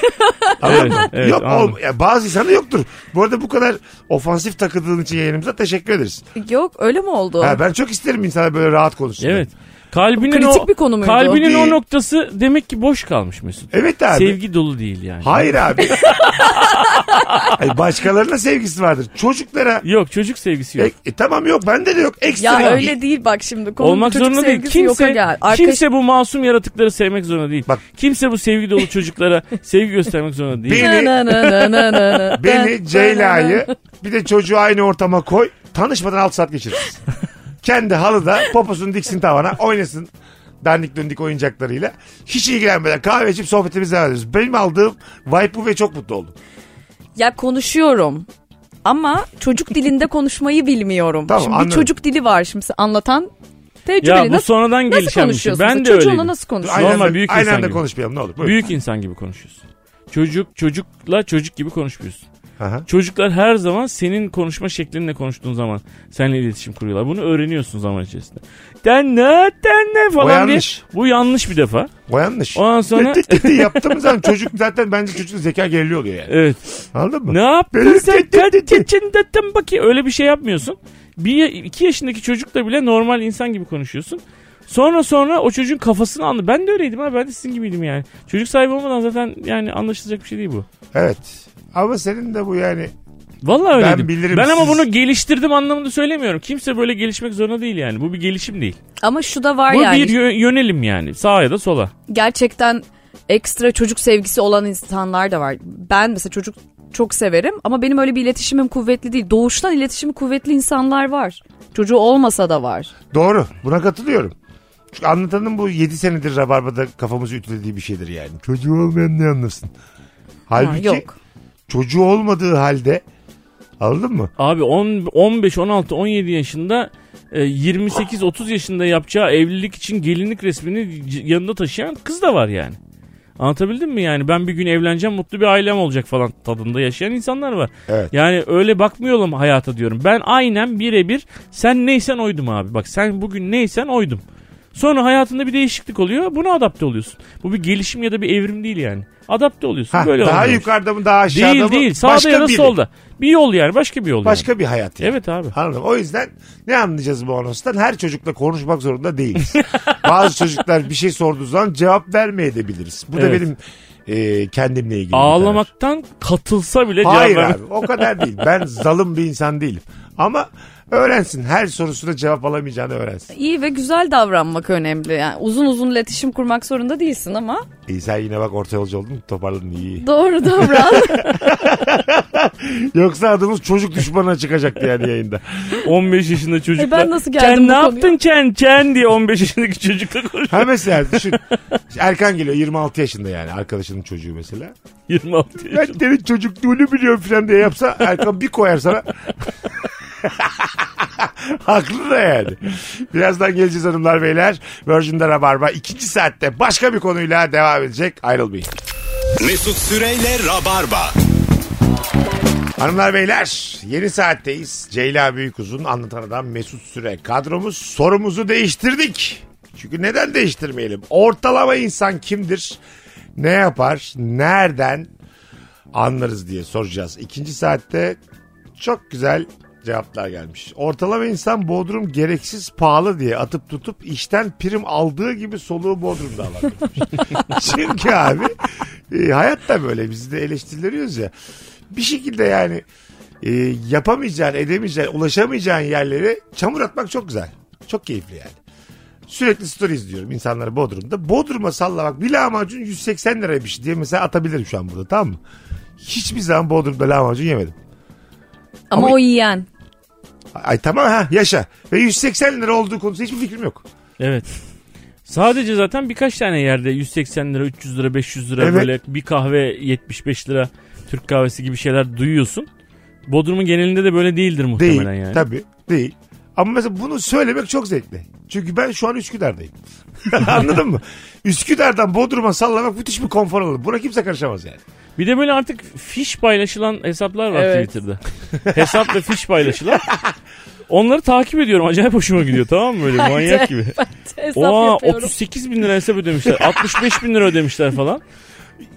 evet, evet,
yok
anladım.
ol, ya bazı insanda yoktur. Bu arada bu kadar ofansif takıldığın için yayınımıza teşekkür ederiz.
Yok öyle mi oldu?
Ha, ben çok isterim insana böyle rahat konuşsun.
Evet. Kalbinin
Kritik
o
bir konu muydu?
kalbinin o
Değil.
noktası demek ki boş kalmış Mesut.
Evet abi.
Sevgi dolu değil yani.
Hayır abi. Ay, başkalarına sevgisi vardır. Çocuklara
Yok çocuk sevgisi yok.
e, e, tamam yok bende de yok. Ekstra.
Ya öyle değil bak şimdi. Konu
Olmak
çocuk
zorunda değil.
sevgisi yoka
Kimse
gel. Arkadaş-
kimse bu masum yaratıkları sevmek zorunda değil.
Bak.
Kimse bu sevgi dolu çocuklara sevgi göstermek zorunda değil.
Beni-
Na na na na na na.
Beni, Ceyla'yı bir de çocuğu aynı ortama koy. Tanışmadan 6 saat geçiririz. Kendi halıda poposunu diksin tavana oynasın dandik döndük oyuncaklarıyla. Hiç ilgilenmeden kahve içip sohbetimize devam ediyoruz. Benim aldığım vibe bu ve çok mutlu oldum.
Ya konuşuyorum. Ama çocuk dilinde konuşmayı bilmiyorum.
Tamam,
şimdi bir
anladım.
çocuk dili var şimdi sen anlatan tecrübeli.
Ya bu
nasıl,
sonradan
nasıl
gelişen bir şey.
konuşuyorsun?
Ben de
Çocuğunla
öyleyim.
nasıl konuşuyorsun?
Aynı
Normal,
anda,
büyük
aynı
insan
anda
gibi.
konuşmayalım ne olur. Buyurun.
Büyük insan gibi konuşuyorsun. Çocuk çocukla çocuk gibi konuşmuyorsun.
Aha.
Çocuklar her zaman senin konuşma şeklinle konuştuğun zaman seninle iletişim kuruyorlar. Bunu öğreniyorsun zaman içerisinde. Den ne den ne falan
O
diye.
yanlış.
Bu yanlış bir defa.
O yanlış.
Ondan sonra
Yaptığımız zaman çocuk zaten bence çocuğun zeka geriliyor oluyor yani.
evet.
Anladın mı?
Ne yaptın
Böyle
sen?
tit tit tit tit.
Kaçında tam bakayım. Öyle bir şey yapmıyorsun. Bir, iki yaşındaki çocukla bile normal insan gibi konuşuyorsun. Sonra sonra o çocuğun kafasını anla. Ben de öyleydim ha. Ben de sizin gibiydim yani. Çocuk sahibi olmadan zaten yani anlaşılacak bir şey değil bu.
Evet. Ama senin de bu yani
Vallahi
Ben
öyleydim.
bilirim
ben ama
siz-
bunu geliştirdim anlamında söylemiyorum. Kimse böyle gelişmek zorunda değil yani. Bu bir gelişim değil.
Ama şu da var
Bu
yani.
bir yö- yönelim yani. Sağa ya da sola.
gerçekten ekstra çocuk sevgisi olan insanlar da var. Ben mesela çocuk çok severim ama benim öyle bir iletişimim kuvvetli değil. Doğuştan iletişimi kuvvetli insanlar var. Çocuğu olmasa da var.
Doğru. Buna katılıyorum. Çünkü anlatanın bu 7 senedir rabarbada kafamızı ütülediği bir şeydir yani. Çocuğu olmayan ne anlasın?
Ha,
Halbuki
yok.
çocuğu olmadığı halde anladın mı?
Abi on- 15, 16, 17 yaşında e, 28, 30 yaşında yapacağı evlilik için gelinlik resmini c- yanında taşıyan kız da var yani. Anlatabildim mi yani ben bir gün evleneceğim mutlu bir ailem olacak falan tadında yaşayan insanlar var.
Evet.
Yani öyle bakmıyorum hayata diyorum. Ben aynen birebir sen neysen oydum abi. Bak sen bugün neysen oydum. Sonra hayatında bir değişiklik oluyor. Buna adapte oluyorsun. Bu bir gelişim ya da bir evrim değil yani. Adapte oluyorsun.
Ha,
böyle
daha
oluyor.
yukarıda mı daha aşağıda
Değil
mı?
değil. Sağda
Başka
ya da
biri.
solda. Bir yol yani. Başka bir yol yani.
Başka bir hayat yani.
Evet abi.
Anladım. O yüzden ne anlayacağız bu anonstan? Her çocukla konuşmak zorunda değiliz. Bazı çocuklar bir şey sorduğu zaman cevap vermeye de biliriz. Bu da
Evet.
benim e, kendimle ilgili. bir taraf.
Ağlamaktan katılsa bile cevap
Hayır
vermem.
abi o kadar değil. Ben zalim bir insan değilim. Ama öğrensin. Her sorusuna cevap alamayacağını öğrensin.
İyi ve güzel davranmak önemli. Yani uzun uzun iletişim kurmak zorunda değilsin ama
İyi sen yine bak orta yolcu oldun toparladın iyi.
doğru davran.
Yoksa adımız çocuk düşmanına çıkacaktı yani yayında.
15 yaşında çocukla.
E ben nasıl geldim
Çen
bu
ne
konuya?"
yaptın Çen Çen diye 15 yaşındaki çocukla konuşuyor.
Ha mesela düşün. Erkan geliyor 26 yaşında yani arkadaşının çocuğu mesela.
26 yaşında.
Ben senin çocukluğunu biliyorum falan diye yapsa Erkan bir koyar sana. Haklı da yani. Birazdan geleceğiz hanımlar beyler. Virgin'de Rabarba ikinci saatte başka bir konuyla devam edecek. Ayrılmayın.
Mesut Süreyle Rabarba.
Hanımlar beyler yeni saatteyiz. Ceyla Büyükuzun anlatan adam Mesut Süre kadromuz sorumuzu değiştirdik. Çünkü neden değiştirmeyelim? Ortalama insan kimdir? Ne yapar? Nereden anlarız diye soracağız. İkinci saatte çok güzel cevaplar gelmiş. Ortalama insan Bodrum gereksiz pahalı diye atıp tutup işten prim aldığı gibi soluğu Bodrum'da alan. Çünkü abi e, hayat da böyle biz de eleştiriliyoruz ya. Bir şekilde yani e, yapamayacağın, edemeyeceğin, ulaşamayacağın yerlere çamur atmak çok güzel. Çok keyifli yani. Sürekli story izliyorum insanları Bodrum'da. Bodrum'a salla bak bir lahmacun 180 liraymış diye mesela atabilirim şu an burada tamam mı? Hiçbir zaman Bodrum'da lahmacun yemedim.
Ama
Ama-
o yiyen.
Ay tamam ha yaşa. Ve 180 lira olduğu konusunda hiçbir fikrim yok.
Evet. Sadece zaten birkaç tane yerde 180 lira, 300 lira, 500 lira
Evet.
böyle bir kahve 75 lira Türk kahvesi gibi şeyler duyuyorsun. Bodrum'un genelinde de böyle değildir
Değil.
muhtemelen yani.
Tabii değil. Ama mesela bunu söylemek çok zevkli. Çünkü ben şu an Üsküdar'dayım. Anladın mı? Üsküdar'dan Bodrum'a sallamak müthiş bir konfor alır. Buna kimse karışamaz yani.
Bir de böyle artık fiş paylaşılan hesaplar var
Evet.
Twitter'da. Hesap ve fiş paylaşılan. Onları takip ediyorum. Acayip hoşuma gidiyor tamam mı? Böyle manyak gibi.
Hesap
Oha
yapıyorum.
38 bin lira hesap ödemişler. 65 bin lira ödemişler falan.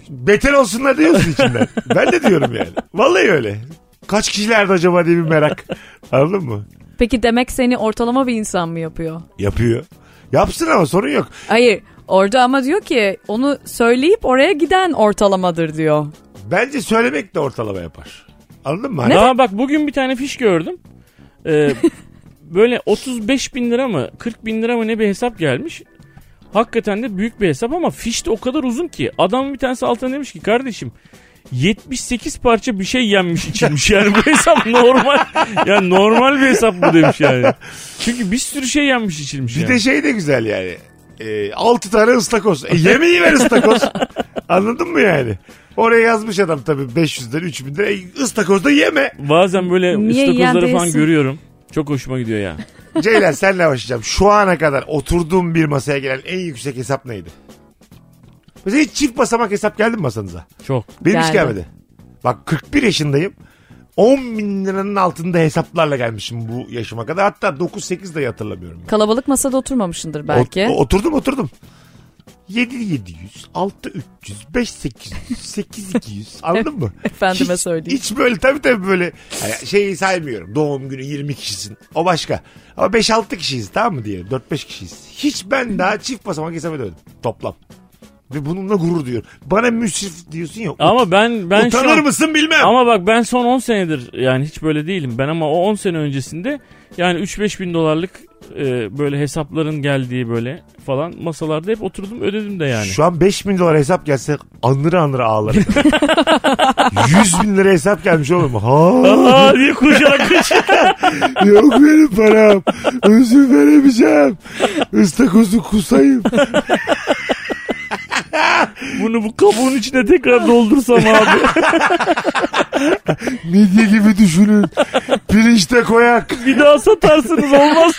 Beter olsunlar diyorsun içinden. ben de diyorum yani. Vallahi öyle. Kaç kişilerde acaba diye bir merak. Anladın mı?
Peki demek seni ortalama bir insan mı yapıyor?
Yapıyor. Yapsın ama sorun yok.
Hayır. Orada ama diyor ki onu söyleyip oraya giden ortalamadır diyor.
Bence söylemek de ortalama yapar. Anladın mı? Hani
Daha bak bugün bir tane fiş gördüm. Ee, böyle 35 bin lira mı 40 bin lira mı ne bir hesap gelmiş. Hakikaten de büyük bir hesap ama fiş de o kadar uzun ki. Adam bir tanesi altına demiş ki kardeşim 78 parça bir şey yenmiş içilmiş yani bu hesap normal yani normal bir hesap bu demiş yani. Çünkü bir sürü şey yenmiş içilmiş
Bir
yani.
de şey de güzel yani. E, 6 tane ıstakoz. E, yemeği ver ıstakoz. Anladın mı yani? Oraya yazmış adam tabii 500'den 3000'den. E, ıstakoz da yeme.
Bazen böyle
Niye
ıstakozları falan
yendiyesin?
görüyorum. Çok hoşuma gidiyor ya.
Ceylan senle başlayacağım. Şu ana kadar oturduğum bir masaya gelen en yüksek hesap neydi? Mesela hiç çift basamak hesap geldi mi masanıza?
Çok.
Benim hiç
Geldi.
gelmedi. Bak 41 yaşındayım. 10 bin liranın altında hesaplarla gelmişim bu yaşıma kadar. Hatta 9-8 de hatırlamıyorum. ben.
Kalabalık masada oturmamışsındır belki.
Ot- oturdum oturdum. 7 700, 6 300, 5 800, 8 200 anladın mı?
Efendime
hiç,
söyleyeyim.
Hiç böyle tabii tabii böyle hani şeyi saymıyorum. Doğum günü 20 kişisin. O başka. Ama 5-6 kişiyiz tamam mı diye. 4-5 kişiyiz. Hiç ben daha çift basamak hesap edemedim. Toplam. Ve bununla gurur duyuyorum. Bana müsrif diyorsun ya.
Ama ben şey ben şu
utanır
an-
mısın bilmem.
Ama bak ben son 10 senedir yani hiç böyle değilim ben ama o 10 sene öncesinde yani 3-5 bin dolarlık e, böyle hesapların geldiği böyle falan masalarda hep oturdum ödedim de yani.
Şu an 5 bin dolar hesap gelse anır anır ağlarım. 100 bin lira hesap gelmiş oğlum. Ha.
Aa diye koşarak koşuyor.
Yok benim param. Özür veremeyeceğim. Istakozu kusayım.
Bunu bu kabuğun içine tekrar doldursam abi.
Midye gibi düşünün. Pirinçte koyak.
Bir daha satarsınız olmaz.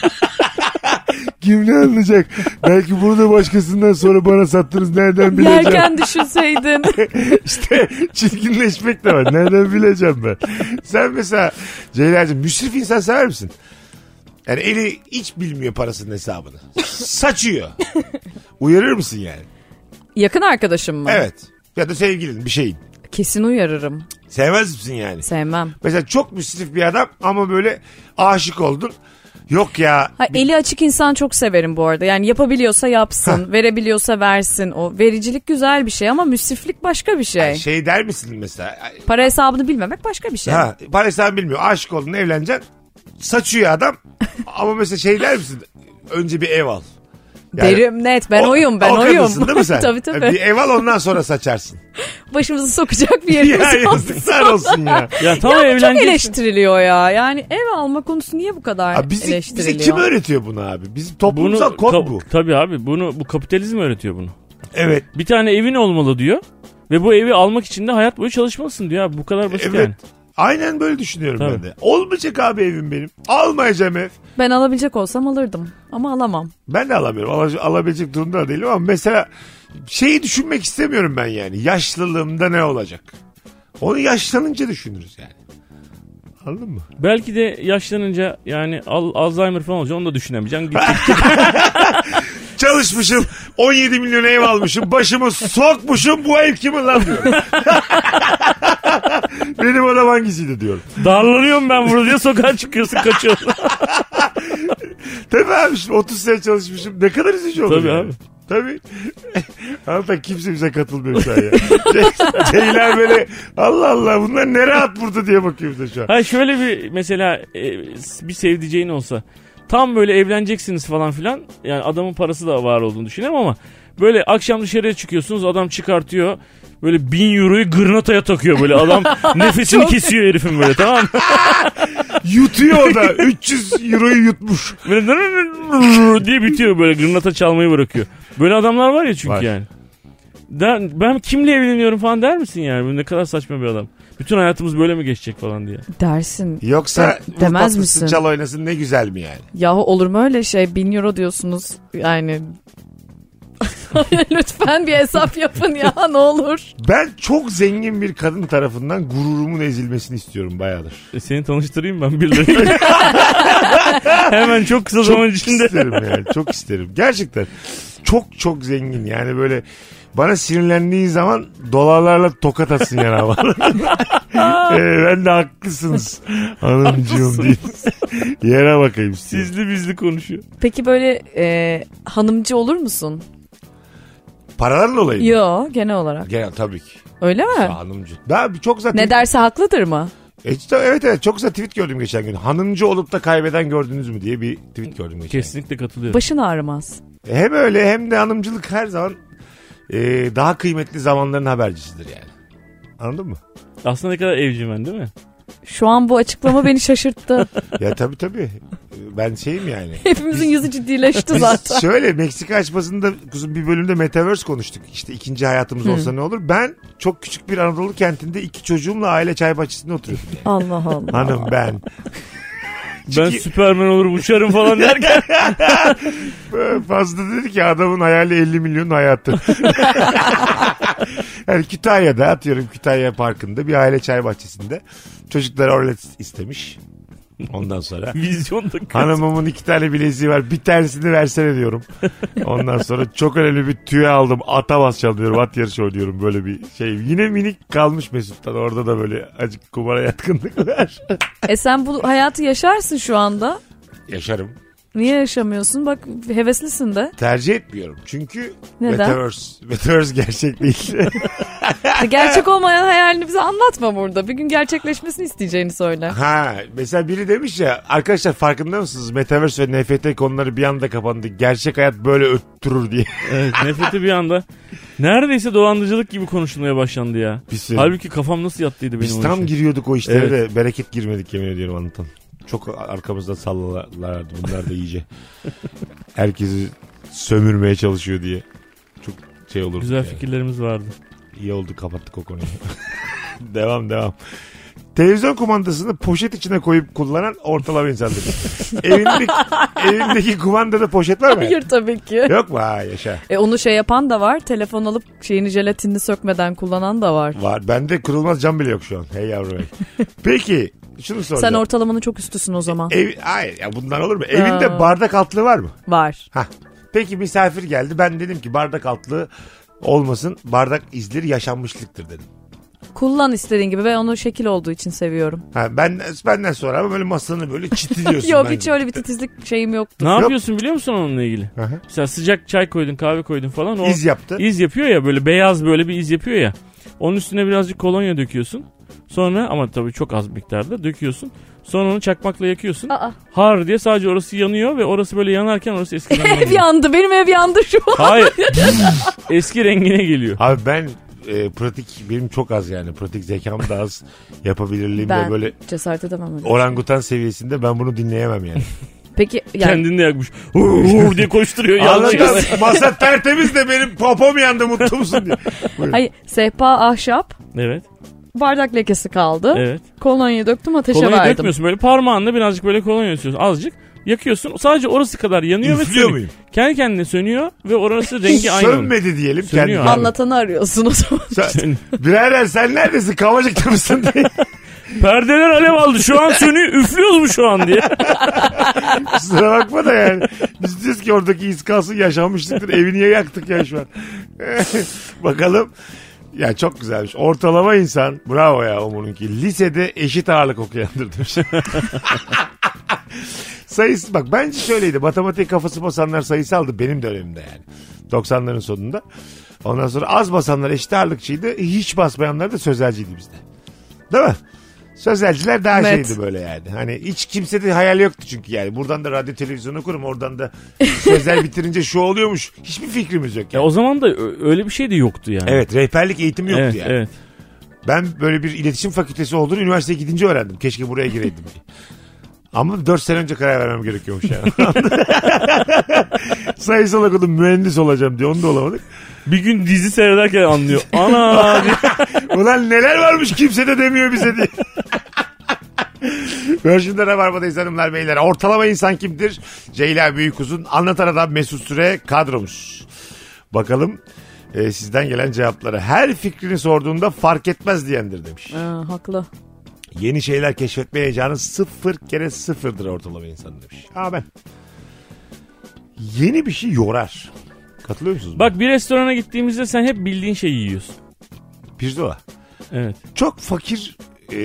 Kim ne anlayacak? Belki bunu da başkasından sonra bana sattınız. Nereden bileceğim?
Yerken düşünseydin.
İşte çirkinleşmek de var. Nereden bileceğim ben? Sen mesela Ceyla'cığım müsrif insan sever misin? Yani eli hiç bilmiyor parasının hesabını. Saçıyor. Uyarır mısın yani?
Yakın arkadaşım mı?
Evet. Ya da sevgilin bir şeyin.
Kesin uyarırım.
Sevmez misin yani?
Sevmem.
Mesela çok müsrif bir adam ama böyle aşık oldun. Yok ya
Ha, eli açık insan çok severim bu arada. Yani yapabiliyorsa yapsın, verebiliyorsa versin. O vericilik güzel bir şey ama müsriflik başka bir şey.
şey der misin mesela? Ay,
Para hesabını bilmemek başka bir şey.
Ha, para hesabı bilmiyor. Aşık oldun evleneceksin. Saçıyor adam. ama mesela şey der misin? Önce bir ev al. Yani-
Derim net ben
O-
oyum ben
o
oyum.
kadınsın değil mi sen?
tabii tabii.
Bir ev al ondan sonra saçarsın.
Başımızı sokacak bir
ya
yerimiz yok.
yazıklar olsun ya.
Ya tamam
Ama çok
evleneceksin.
eleştiriliyor ya. Yani ev alma konusu niye bu kadar
Abi bizi,
eleştiriliyor?
bizi kim öğretiyor bunu abi? Bizim toplumsal
Bunu
kod
tab-
bu.
tabii abi bunu bu kapitalizm öğretiyor bunu.
Evet.
Bir tane evin olmalı diyor ve bu evi almak için de hayat boyu çalışmalısın diyor abi bu kadar basit
Evet.
yani.
Aynen böyle düşünüyorum
Tabii.
ben de. Olmayacak abi evim benim. Almayacağım ev.
Ben alabilecek olsam alırdım ama alamam.
Ben de alamıyorum. Ala- alabilecek durumda da değilim ama mesela şeyi düşünmek istemiyorum ben yani. Yaşlılığımda ne olacak? Onu yaşlanınca düşünürüz yani. Anladın mı?
Belki de yaşlanınca yani al- Alzheimer falan olacak onu da düşünemeyeceksin. Gidecek
Çalışmışım 17 milyon ev almışım başımı sokmuşum bu ev kimin lan diyorum. Benim adam hangisiydi diyorum.
Darlanıyorum ben burada diye sokağa çıkıyorsun kaçıyorsun.
Tabii abi şimdi 30 sene çalışmışım ne kadar üzücü olur
Tabii
yani.
abi.
Tabii. Hatta kimse bize katılmıyor şu an ya. Ce- Ceylan böyle Allah Allah bunlar ne rahat burada diye bakıyor bize şu an.
Ha şöyle bir mesela e, bir sevdiceğin olsa. Tam böyle evleneceksiniz falan filan. Yani adamın parası da var olduğunu düşünüyorum ama böyle akşam dışarıya çıkıyorsunuz adam çıkartıyor. Böyle bin euroyu gırnataya takıyor böyle adam nefesini kesiyor herifin böyle tamam mı?
Yutuyor o da. 300 euroyu yutmuş.
Böyle diye bitiyor böyle gırnata çalmayı bırakıyor. Böyle adamlar var ya çünkü
Var.
yani. Der, ben kimle evleniyorum falan der misin yani? Bu ne kadar saçma bir adam. Bütün hayatımız böyle mi geçecek falan diye.
Dersin.
Yoksa
De-
vur
demez
patlasın,
misin?
çal oynasın ne güzel mi yani?
Yahu olur mu öyle şey? 1000 euro diyorsunuz. Yani Lütfen bir hesap yapın ya ne olur.
Ben çok zengin bir kadın tarafından gururumun ezilmesini istiyorum bayağıdır.
E, seni tanıştırayım ben birileriyle. Hemen çok kısa zaman
Çok
içinde.
isterim yani çok isterim. Gerçekten çok çok zengin yani böyle bana sinirlendiği zaman dolarlarla tokat atsın yani hava. Ee, ben de haklısınız hanımcığım diye. Yere bakayım size.
Sizli bizli konuşuyor.
Peki böyle e, hanımcı olur musun?
Paralarla olayım.
Yo genel olarak.
Genel tabii ki.
Öyle mi?
Hanımcı. Daha çok zaten
Ne derse haklıdır mı?
E, işte evet evet çok güzel tweet gördüm geçen gün. Hanımcı olup da kaybeden gördünüz mü diye bir tweet gördüm geçen gün. E,
Kesinlikle katılıyorum.
Başın ağrımaz.
Hem öyle hem de hanımcılık her zaman e, daha kıymetli zamanların habercisidir yani. Anladın mı?
Aslında ne kadar evcim ben değil mi?
Şu an bu açıklama beni şaşırttı.
Ya tabii tabii. E, Ben şeyim yani.
Hepimizin yüzü ciddileşti zaten.
Biz şöyle Meksika açmasında kuzum bir bölümde Metaverse konuştuk. İşte ikinci hayatımız olsa ne olur? Ben çok küçük bir Anadolu kentinde iki çocuğumla aile çay bahçesinde oturuyordum. yani.
Allah Allah.
Hanım ben.
Ben Süperman olurum uçarım falan derken.
Ee, Fazla dedi ki adamın hayali 50 milyon hayatı. yani Kütahya'da atıyorum Kütahya Parkı'nda bir aile çay bahçesinde çocuklar orlet istemiş. Ondan sonra
Vizyon da kötü.
hanımımın iki tane bileziği var bir tanesini versene diyorum. Ondan sonra çok önemli bir tüy aldım ata basacağım diyorum at yarışı oynuyorum böyle bir şey. Yine minik kalmış Mesut'tan orada da böyle acık kumara yatkınlık var.
E sen bu hayatı yaşarsın şu anda.
Yaşarım.
Niye yaşamıyorsun? Bak heveslisin de.
Tercih etmiyorum çünkü
Neden?
Metaverse, Metaverse gerçek değil.
E Gerçek olmayan hayalini bize anlatma burada. Bir gün gerçekleşmesini isteyeceğini söyle.
Ha mesela biri demiş ya arkadaşlar farkında mısınız Metaverse ve NFT konuları bir anda kapandı. Gerçek hayat böyle öttürür diye.
Evet, nefreti bir anda. Neredeyse dolandırıcılık gibi konuşulmaya başlandı ya.
Bir sürü.
Halbuki kafam nasıl yattıydı benim
Biz
o
tam
işe.
giriyorduk o şey. işlere
Evet.
de bereket girmedik yemin ediyorum anlatan. Çok arkamızda sallalardı bunlar da iyice. Herkesi sömürmeye çalışıyor diye. Çok şey olur.
Güzel fikirlerimiz vardı.
İyi oldu kapattık o konuyu. devam devam. Televizyon kumandasını poşet içine koyup kullanan ortalama insandır. evindeki, evindeki kumandada poşet var mı?
Hayır tabii ki.
Yok mu? Ha yaşa.
E onu şey yapan da var. Telefon alıp şeyini jelatinini sökmeden kullanan da var.
Var. Bende kırılmaz cam bile yok şu an. Hey yavrum hey. Peki şunu
Sen
soracağım.
ortalamanın çok üstüsün o zaman.
Ev, hayır ya bundan olur mu? Evinde
Ha.
bardak altlığı var mı?
Var.
Hah. Peki misafir geldi. Ben dedim ki bardak altlığı olmasın. Bardak izleri yaşanmışlıktır dedim.
Kullan istediğin gibi ve onun şekil olduğu için seviyorum.
Ha, ben benden sonra ama böyle masanı böyle çitiliyorsun.
Yok
bence.
hiç öyle bir titizlik şeyim yoktu.
Ne yapıyorsun biliyor musun onunla ilgili?
Aha.
Mesela sıcak çay koydun kahve koydun falan. O
İz yaptı.
iz yapıyor ya böyle beyaz böyle bir iz yapıyor ya. Onun üstüne birazcık kolonya döküyorsun. Sonra ama tabii çok az miktarda döküyorsun. Sonra onu çakmakla yakıyorsun.
Aa.
Har diye sadece orası yanıyor ve orası böyle yanarken orası eskiden
Ev
yanıyor.
yandı. Benim ev yandı şu an.
Hayır. Eski rengine geliyor.
Abi ben e, pratik benim çok az yani. Pratik zekam da az. Yapabilirliğim de
Ben
böyle
cesaret edemem öyle.
orangutan seviyesinde ben bunu dinleyemem yani.
Peki yani
Kendini de yakmış. Hur, hur diye koşturuyor. yanlış
Anladın masa tertemiz de benim popom yandı mutlu musun diye. Buyurun.
hayır, sehpa ahşap
Evet.
bardak lekesi kaldı.
Evet.
Kolonya döktüm ateşe
Kolonya
verdim.
dökmüyorsun böyle parmağınla birazcık böyle kolonya sürüyorsun azıcık. Yakıyorsun sadece orası kadar yanıyor ve
Üflüyor
sönüyor.
muyum?
Kendi kendine sönüyor ve orası rengi aynı. oluyor.
Sönmedi diyelim.
Sönüyor
kendi-
abi.
Anlatanı arıyorsun o zaman.
Sen, birader sen neredesin? Kavacıkta mısın diye.
Perdeler alev aldı şu an sönüyor üflüyoruz mu şu an diye.
Kusura bakma da yani. Biz diyoruz ki oradaki iz kalsın yaşanmışlıktır. Evi niye yaktık ya şu an? Bakalım. Ya çok güzelmiş. Ortalama insan. Bravo ya Omur'unki. Lisede eşit ağırlık okuyandır demiş. Sayısı bak bence şöyleydi. Matematik kafası basanlar sayısaldı. Benim dönemimde yani. 90'ların sonunda. Ondan sonra az basanlar eşit ağırlıkçıydı. Hiç basmayanlar da sözelciydi bizde. Değil mi? Sözelciler daha
Evet.
şeydi böyle yani. Hani hiç kimsede hayal yoktu çünkü yani. Buradan da radyo televizyonu kurum oradan da sözel bitirince şu oluyormuş. Hiçbir fikrimiz yok
Ya
yani.
o zaman da ö- öyle bir şey de yoktu yani.
Evet rehberlik eğitimi yoktu
evet,
yani.
evet.
Ben böyle bir iletişim fakültesi olduğunu üniversiteye gidince öğrendim. Keşke buraya gireydim diye. Ama 4 sene önce karar vermem gerekiyormuş yani. Sayısal okudum mühendis olacağım diye onu da olamadık.
Bir gün dizi seyrederken anlıyor. Ana diye.
Ulan neler varmış kimse de demiyor bize diye. Virgin'de Rabarba'dayız hanımlar beyler. Ortalama insan kimdir? Ceyla Büyükuz'un anlatan adam Mesut Süre kadromuz. Bakalım e, sizden gelen cevapları. Her fikrini sorduğunda fark etmez diyendir demiş.
Aa, haklı.
Yeni şeyler keşfetme heyecanı sıfır kere sıfırdır ortalama insan demiş. Aa ben. Yeni bir şey yorar. Katılıyor musunuz?
Bak bir restorana gittiğimizde sen hep bildiğin şeyi yiyorsun.
pirzola.
Evet.
Çok fakir e,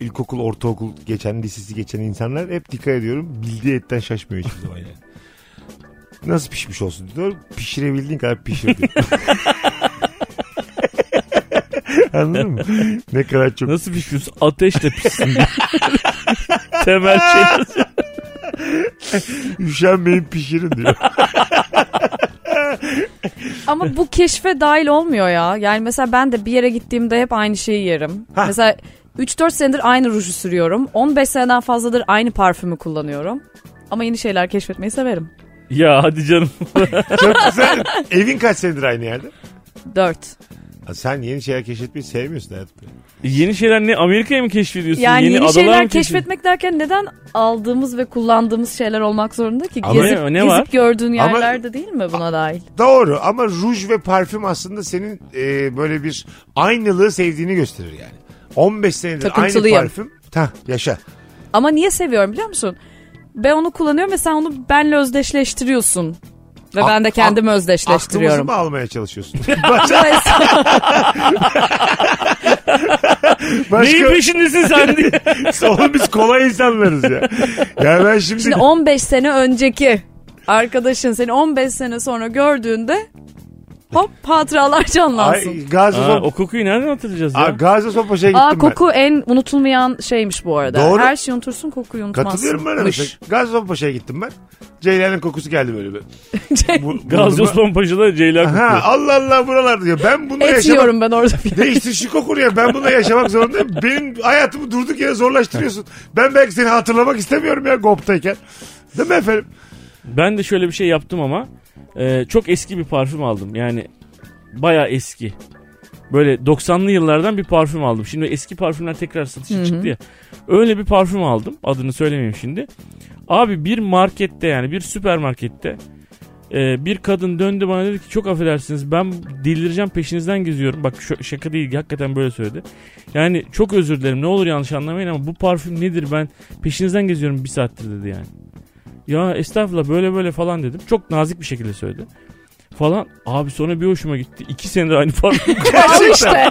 ilkokul, ortaokul geçen, lisesi geçen insanlar hep dikkat ediyorum. Bildiği etten şaşmıyor hiçbir zaman yani. Nasıl pişmiş olsun diyor. Pişirebildiğin kadar pişir diyor. Anladın mı? Ne kadar çok
Nasıl pişiyorsun? Ateşle pişsin. diye. Temel şey.
üşenmeyin pişirin diyor.
Ama bu keşfe dahil olmuyor ya. Yani mesela ben de bir yere gittiğimde hep aynı şeyi yerim. Mesela 3-4 senedir aynı ruju sürüyorum. 15 seneden fazladır aynı parfümü kullanıyorum. Ama yeni şeyler keşfetmeyi severim.
Ya hadi canım.
Çok güzel. Evin kaç senedir aynı yerde?
4.
Ha, Sen yeni şeyler keşfetmeyi sevmiyorsun hayatım.
Yeni şeyler ne? Amerika'yı mı keşfediyorsun?
Yani yeni,
adalar mı
şeyler
keşfediyorsun?
keşfetmek derken neden aldığımız ve kullandığımız şeyler olmak zorunda ki?
Ama
gezip,
ne- ne
gezip
var?
gördüğün
Ama-
yerlerde değil mi buna dahil?
Doğru ama ruj ve parfüm aslında senin e, böyle bir aynılığı sevdiğini gösterir yani. 15 senedir aynı
Takıntılıyım.
parfüm. Ta yaşa.
Ama niye seviyorum biliyor musun? Ben onu kullanıyorum ve sen onu benle özdeşleştiriyorsun. Ve ben de kendimi
Aklımızı
özdeşleştiriyorum.
mı almaya çalışıyorsun?
Dolayısıyla-
Neyin
Başka
peşindesin sen diye.
oğlum biz kolay insanlarız ya. Ya ben şimdi,
Şimdi 15 sene önceki arkadaşın seni 15 sene sonra gördüğünde hop hatıralar canlansın.
Ay, şey Gazi
Aa,
Sopa,
o kokuyu nereden hatırlayacağız ya?
Aa, Gazi Sopa'ya gittim
Aa
ben.
koku en unutulmayan şeymiş bu arada.
Doğru.
Her şeyi unutursun kokuyu unutmazsın.
Katılıyorum ben mesela. Gazi Sopa'ya gittim ben. Ceylan'ın kokusu geldi böyle. bir. Bu-
Gazi
burnuma.
Osman Paşa'da Ceylan
Ha,
kokuyor.
Allah Allah buralarda diyor. Ben bunu
Et
yaşamak
yiyorum ben orada.
Değiştir şu kokunu ya. Ben bununla yaşamak zorundayım. Benim hayatımı durduk yere zorlaştırıyorsun. Ben belki seni hatırlamak istemiyorum ya GOP'tayken. Değil mi efendim?
Ben de şöyle bir şey yaptım ama e, çok eski bir parfüm aldım. Yani baya eski. Böyle 90'lı yıllardan bir parfüm aldım. Şimdi eski parfümler tekrar satışa çıktı ya. Öyle bir parfüm aldım. Adını söylemeyeyim şimdi. Abi bir markette yani bir süpermarkette e, bir kadın döndü bana dedi ki çok affedersiniz ben delireceğim peşinizden geziyorum. Bak şu- şaka değil hakikaten böyle söyledi. Yani çok özür dilerim ne olur yanlış anlamayın ama bu parfüm nedir ben peşinizden geziyorum bir saattir dedi yani. Ya estağfurullah böyle böyle falan dedim. Çok nazik bir şekilde söyledi. Falan. Abi sonra bir hoşuma gitti. İki senedir aynı parfüm.
Al işte.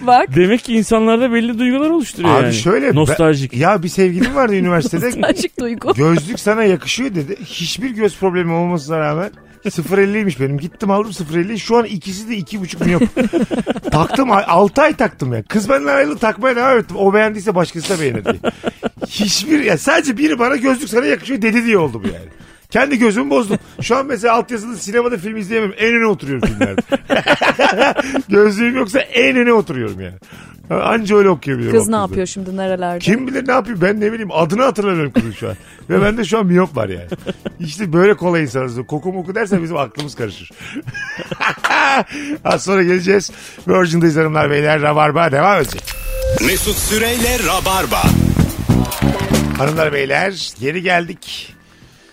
Bak.
Demek ki insanlarda belli duygular oluşturuyor
Abi
yani.
şöyle, ben-
Nostaljik.
Ya bir sevgilim vardı üniversitede.
Açık duygu.
Gözlük sana yakışıyor dedi. Hiçbir göz problemi olmasına rağmen 0.50'ymiş benim. Gittim aldım 0.50. Şu an ikisi de 2.5 miyop. taktım 6 ay taktım ya. Kız benimle ayrılıp takmaya devam ettim. O beğendiyse başkası da beğenir diye. Hiçbir ya sadece biri bana gözlük sana yakışıyor dedi diye oldu bu yani. Kendi gözümü bozdum. Şu an mesela altyazılı sinemada film izleyemem. En öne oturuyorum filmlerde. Gözlüğüm yoksa en öne oturuyorum yani. Anca öyle okuyabiliyorum.
Kız ne
o kızı.
yapıyor şimdi nerelerde?
Kim bilir ne yapıyor ben ne bileyim adını hatırlamıyorum kızın şu an. Ve bende şu an miyop var yani. İşte böyle kolay insanız. Koku moku dersen bizim aklımız karışır. Az sonra geleceğiz. Virgin'deyiz hanımlar beyler. Rabarba devam edecek.
Mesut Süreyle Rabarba.
Hanımlar beyler geri geldik.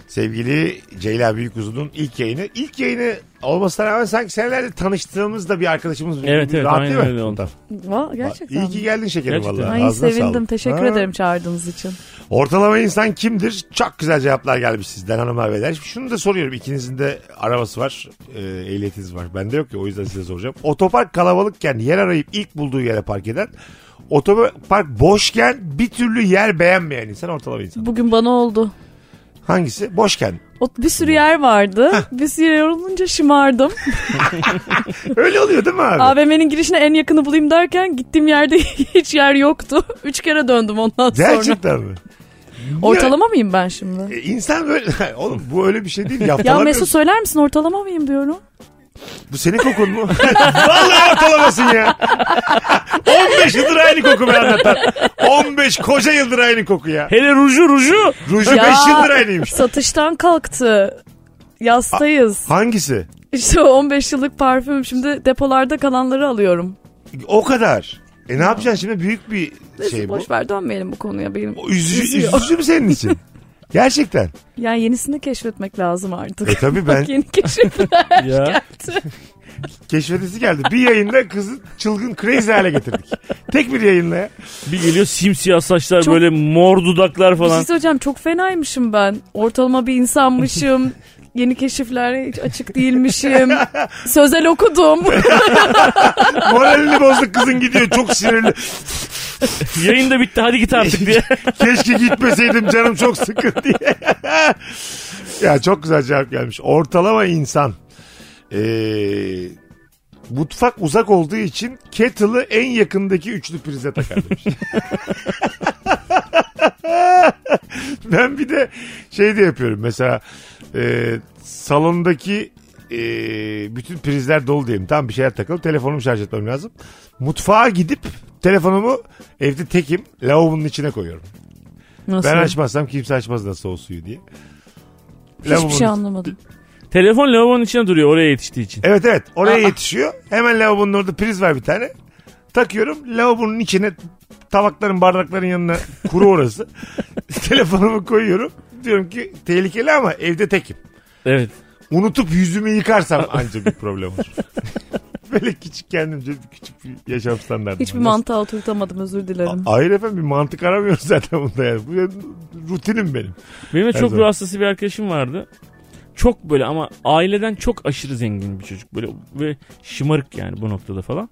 Sevgili Ceyla Büyükuzun'un ilk yayını. İlk yayını olmasına rağmen sanki senelerde tanıştığımızda bir arkadaşımız. bulundu.
Evet, evet,
Rahat
aynen
değil mi?
öyle oldu.
Va, gerçekten.
İyi ki geldin şekerim
Gerçekten.
valla.
Ay sevindim. Teşekkür ederim çağırdığınız için.
Ortalama insan kimdir? Çok güzel cevaplar gelmiş sizden hanımlar beyler. Şimdi Şunu da soruyorum. İkinizin de arabası var. E, ehliyetiniz var. Bende yok ya o yüzden size soracağım. Otopark kalabalıkken yer arayıp ilk bulduğu yere park eden. Otopark boşken bir türlü yer beğenmeyen insan ortalama insan.
Bugün bana oldu.
Hangisi? Boşken.
O, bir sürü yer vardı. bir sürü yer olunca şımardım.
Öyle oluyor değil mi abi?
AVM'nin girişine en yakını bulayım derken gittiğim yerde hiç yer yoktu. Üç kere döndüm ondan sonra.
Gerçekten mi?
Ortalama mıyım ben şimdi?
E, İnsan böyle... Oğlum bu öyle bir şey değil.
Ya
Yaftalamıyorsun.
Mesut söyler misin ortalama mıyım diyorum.
Bu senin kokun mu? Vallahi ortalamasın ya. 15 yıldır aynı koku be anlatan. 15 koca yıldır aynı koku ya.
Hele ruju ruju.
Ruju 5
Ya.
yıldır aynıymış.
Satıştan kalktı. Yastayız.
Hangisi?
İşte o 15 yıllık parfüm şimdi depolarda kalanları alıyorum.
O kadar. E ne yapacaksın şimdi? Büyük bir
Neyse
şey bu.
boş ver dönmeyelim bu konuya benim.
O Üzücü,
üzüyor.
üzücü mü senin için? Gerçekten.
Yani yenisini keşfetmek lazım artık.
E tabii
Bak
ben
yeni keşifler
Ya.
geldi.
keşfedesi geldi. Bir yayında kızı çılgın crazy hale getirdik. Tek bir yayınla ya.
Bir geliyor simsiyah saçlar
Çok-
böyle mor dudaklar
Bir şey
falan.
söyleyeceğim çok fenaymışım ben. Ortalama bir insanmışım. Yeni keşiflere hiç açık değilmişim. Sözel okudum.
Moralini bozduk kızın gidiyor çok sinirli.
Yayın da bitti hadi git artık diye.
Keşke gitmeseydim canım çok sıkın diye. ya çok güzel cevap gelmiş. Ortalama insan. Ee, mutfak uzak olduğu için kettle'ı en yakındaki üçlü prize takar demiş. ben bir de şey de yapıyorum. Mesela e, salondaki e, bütün prizler dolu diyelim. Tam bir şeyler takılı. Telefonumu şarj etmem lazım. Mutfağa gidip telefonumu evde tekim lavabonun içine koyuyorum.
Nasıl?
Ben açmazsam kimse açmaz nasıl o suyu diye.
Hiçbir
Lavabonun-
şey anlamadım.
Telefon lavabonun içine duruyor oraya yetiştiği için.
Evet evet oraya
Aa.
yetişiyor. Hemen lavabonun orada priz var bir tane. Takıyorum lavabonun içine tabakların bardakların yanına kuru orası. Telefonumu koyuyorum. Diyorum ki tehlikeli ama evde tekim.
Evet.
Unutup yüzümü yıkarsam ancak bir problem olur. Böyle küçük kendimce bir küçük bir yaşam standartı.
Hiçbir
var.
mantığa oturtamadım özür dilerim.
Hayır efendim bir mantık aramıyoruz zaten bunda yani. Bu rutinim benim.
Benim de
Her
çok
zaman.
ruh hastası bir arkadaşım vardı. Çok böyle ama aileden çok aşırı zengin bir çocuk. Böyle ve şımarık yani bu noktada falan.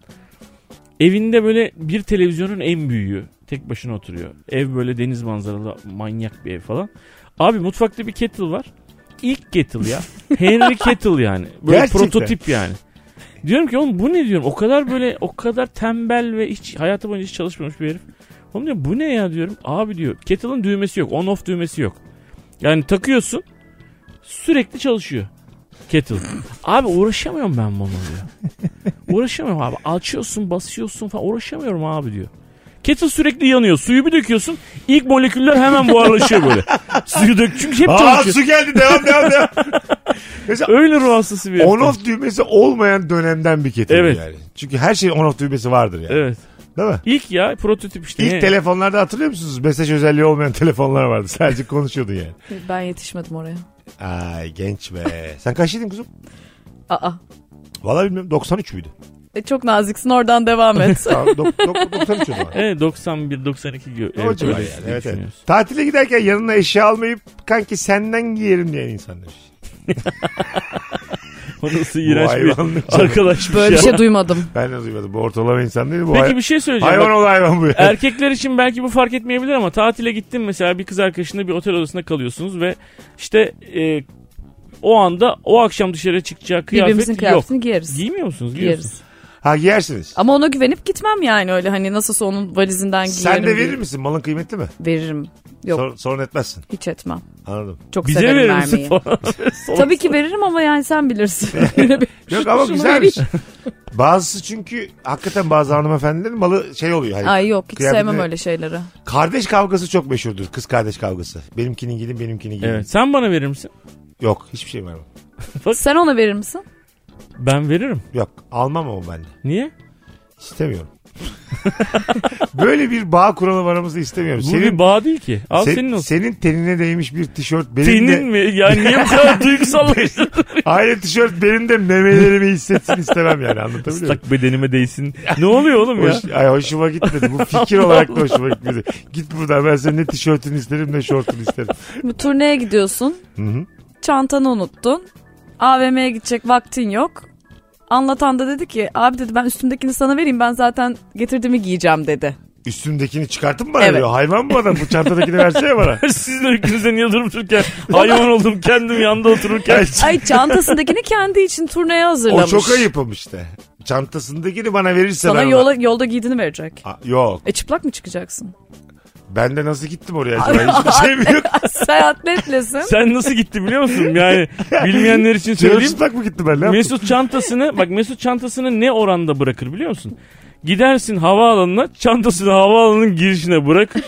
Evinde böyle bir televizyonun en büyüğü. Tek başına oturuyor. Ev böyle deniz manzaralı manyak bir ev falan. Abi mutfakta bir kettle var. İlk kettle ya. Henry kettle yani. Böyle
Gerçekten.
prototip yani. Diyorum ki oğlum bu ne diyorum. O kadar böyle o kadar tembel ve hiç hayatı boyunca hiç çalışmamış bir herif. Oğlum diyor bu ne ya diyorum. Abi diyor kettle'ın düğmesi yok. On off düğmesi yok. Yani takıyorsun sürekli çalışıyor. Kettle. Abi uğraşamıyorum ben bununla diyor. uğraşamıyorum abi. Açıyorsun basıyorsun falan uğraşamıyorum abi diyor. Kettle sürekli yanıyor. Suyu bir döküyorsun. İlk moleküller hemen buharlaşıyor böyle. Suyu dök. Çünkü hep
Aa
çalışıyor.
su geldi devam devam devam. Mesela
Öyle ruh hastası bir herif.
On off düğmesi olmayan dönemden bir ketil
Evet.
yani. Çünkü her şeyin on off düğmesi vardır yani.
Evet.
Değil mi?
İlk ya prototip işte.
İlk
Ne?
telefonlarda hatırlıyor musunuz? Mesaj özelliği olmayan telefonlar vardı. Sadece konuşuyordun yani.
Ben yetişmedim oraya.
Ay genç be. Sen kaçlıydın kuzum?
Aa.
Vallahi bilmiyorum 93 müydü?
E, çok naziksin oradan devam et.
Tamam dok- dok- 93 o zaman.
Evet 91 92 gibi.
O
Evet,
civar
öyle
yani, evet, evet.
düşünüyoruz.
Tatile giderken yanına eşya almayıp kanki senden giyerim diyen insan demiş.
O nasıl iğrenç
hayvanlık
bir
canım.
arkadaşmış
Böyle
ya.
bir şey duymadım.
Ben de duymadım. Bu ortalama insan değil bu. hay-
Peki bir şey söyleyeceğim. Er
hayvan
Bak,
ol hayvan bu ya.
Erkekler için belki bu fark etmeyebilir ama tatile gittin mesela bir kız arkadaşınla bir otel odasında kalıyorsunuz ve işte e, o anda o akşam dışarı çıkacağı
Birbirimizin
kıyafet yok.
kıyafetini giyeriz.
Giymiyor musunuz? Giyiyorsunuz.
Giyeriz.
Ha giyersiniz.
Ama ona güvenip gitmem yani öyle hani nasılsa onun valizinden giyerim.
Sen de verir
diye.
misin? Malın kıymetli mi?
Veririm. Yok
Sor- sorun etmezsin.
hiç etmem.
Anladım.
Çok
Bize
severim
verir
vermeyi.
misin falan.
Tabii ki veririm ama yani sen bilirsin.
Yok ama
Şunu
güzelmiş. Bazısı çünkü hakikaten bazı hanımefendilerin malı şey oluyor. Hani
Ay yok hiç
Kıyafetini-
sevmem öyle şeyleri.
Kardeş kavgası çok meşhurdur. Kız kardeş kavgası. Benimkini giydim benimkini giydim.
Evet. Sen bana verir misin?
Yok hiçbir şey vermem.
Sen ona verir misin?
Ben veririm.
Yok almam ama ben de.
Niye?
İstemiyorum. Böyle bir bağ kuralım aramızda istemiyorum.
Bu
senin,
bir bağ değil ki. Al
se-
senin olsun.
senin tenine değmiş bir tişört benim
Senin
de
mi? Yani niye bu kadar duygusallaştın?
aynı tişört benim de memelerimi hissetsin istemem yani anlatabiliyor muyum?
Islak bedenime değsin. Ne oluyor oğlum ya?
Hoş- ay hoşuma gitmedi. Bu fikir olarak da hoşuma gitmedi. Git buradan ben senin ne tişörtünü isterim ne şortunu isterim.
Bu turneye gidiyorsun.
Hı hı.
Çantanı unuttun. AVM'ye gidecek vaktin yok. Anlatan da dedi ki abi dedi ben üstümdekini sana vereyim ben zaten getirdiğimi giyeceğim dedi.
Üstümdekini çıkartın mı bana
Evet.
diyor. Hayvan mı bu adam? Bu çantadakini versene bana.
Sizin ülkenizde niye durup dururken hayvan oldum kendim yanda otururken.
Ay çantasındakini kendi için turneye
o
hazırlamış.
çok ayıpım işte. Çantasındakini bana verirsen.
Sana
ama-
yola, yolda giydiğini verecek.
Aa, yok.
E çıplak mı çıkacaksın?
Ben de nasıl gittim oraya? acaba? Hiçbir şey mi yok?
Sen atletlesin.
Sen nasıl gitti biliyor musun? Yani bilmeyenler için söyleyeyim.
Çıplak mı gittim ben? Ne yaptım?
Mesut çantasını bak Mesut çantasını ne oranda bırakır biliyor musun? Gidersin havaalanına çantasını havaalanının girişine bırakır.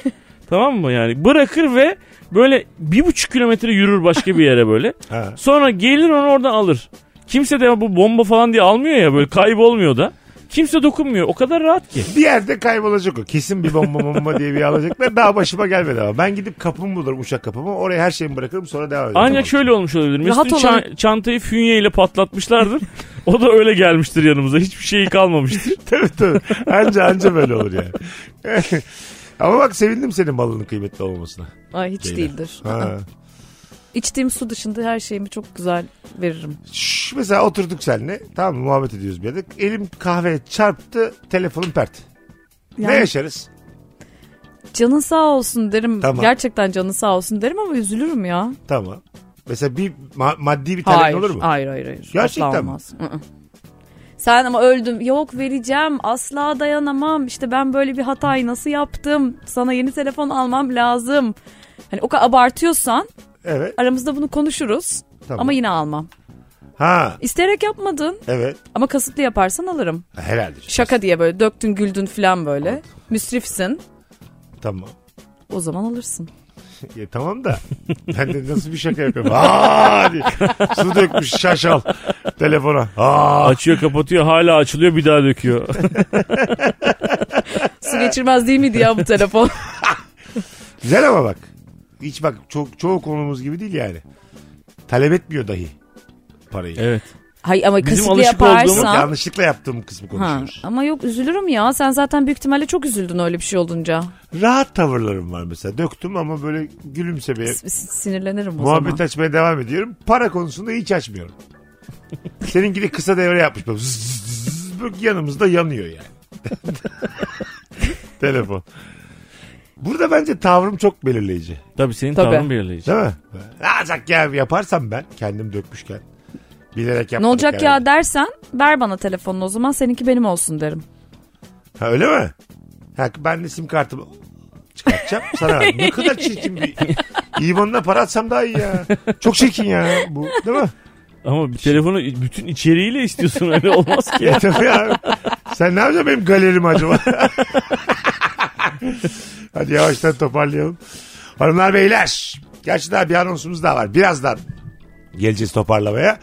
tamam mı yani? Bırakır ve böyle bir buçuk kilometre yürür başka bir yere böyle.
Ha.
Sonra gelir onu oradan alır. Kimse de bu bomba falan diye almıyor ya böyle kaybolmuyor da. Kimse dokunmuyor. O kadar rahat ki.
Bir yerde kaybolacak o. Kesin bir bomba bomba diye bir alacaklar. Daha başıma gelmedi ama. Ben gidip kapımı bulurum uçak kapımı. Oraya her şeyimi bırakırım sonra devam ederim.
Ancak şöyle olmuş olabilir.
Rahat
Mesut'un
olan-
ça- çantayı fünye ile patlatmışlardır. o da öyle gelmiştir yanımıza. Hiçbir şeyi kalmamıştır.
Tabii tabii. Anca anca böyle olur yani. ama bak sevindim senin balının kıymetli olmasına.
Ay hiç
Değil.
değildir.
Ha.
İçtiğim su dışında her şeyimi çok güzel veririm.
Şş, mesela oturduk seninle. Tamam mı? Muhabbet ediyoruz bir yerde. Elim kahveye çarptı. Telefonum pert. Ne
Yani
yaşarız?
canın sağ olsun derim.
Tamam.
Gerçekten canın sağ olsun derim ama üzülürüm ya.
Tamam. Mesela bir ma- maddi bir talep
Hayır.
olur mu?
Hayır hayır hayır.
Gerçekten
Asla
mi?
olmaz. Hı hı. Sen ama öldüm. Yok vereceğim. Asla dayanamam. İşte ben böyle bir hatayı nasıl yaptım? Sana yeni telefon almam lazım. Hani o kadar abartıyorsan
Evet.
aramızda bunu konuşuruz.
Tamam.
Ama yine almam.
Ha
İsteyerek yapmadın
evet.
ama kasıtlı yaparsan alırım.
Herhalde.
Şaka diye böyle döktün güldün falan böyle. Müsrifsin.
Tamam.
O zaman alırsın.
Ya tamam da ben de nasıl bir şaka yapıyorum. Aa diye. Su dökmüş şaşal telefona. Aa.
Açıyor kapatıyor hala açılıyor bir daha döküyor.
Su
Ee.
geçirmez değil miydi ya bu telefon?
Güzel ama bak. Hiç bak çok çoğu konumuz gibi değil yani. Talep etmiyor dahi parayı.
evet.
Hayır ama
Bizim
kasıtlı
alışık
Yok,
yaparsan.
yanlışlıkla yaptığım kısmı
Ha,
konuşuyoruz.
ama yok üzülürüm ya. Sen zaten büyük ihtimalle çok üzüldün öyle bir şey olunca.
Rahat tavırlarım var mesela. Döktüm ama böyle gülümsemeye,
S- s- Sinirlenirim o
muhabbet
zaman.
açmaya devam ediyorum. Para konusunda hiç açmıyorum. Seninki de kısa devre yapmış. Böyle zzz, zzz, zzz, böyle yanımızda yanıyor yani. Telefon. Burada bence tavrım çok belirleyici.
Tabii senin
Tabii.
tavrın belirleyici.
Değil mi? Ne olacak ya yaparsam ben kendim dökmüşken. Bilerek yapmadım.
Ne olacak ya dersen ver bana telefonunu o zaman seninki benim olsun derim.
Ha, öyle mi? Ha, ben de sim kartımı çıkartacağım sana. ver. Ne kadar çirkin bir... İban'ına para atsam daha iyi ya. Çok çirkin ya bu değil mi?
Ama bir telefonu bütün içeriğiyle istiyorsun öyle olmaz ki.
Ya tabii ya. Sen ne yapacaksın benim galerimi acaba? Hadi yavaştan toparlayalım. Hanımlar beyler. Gerçi daha bir anonsumuz daha var. Birazdan geleceğiz toparlamaya.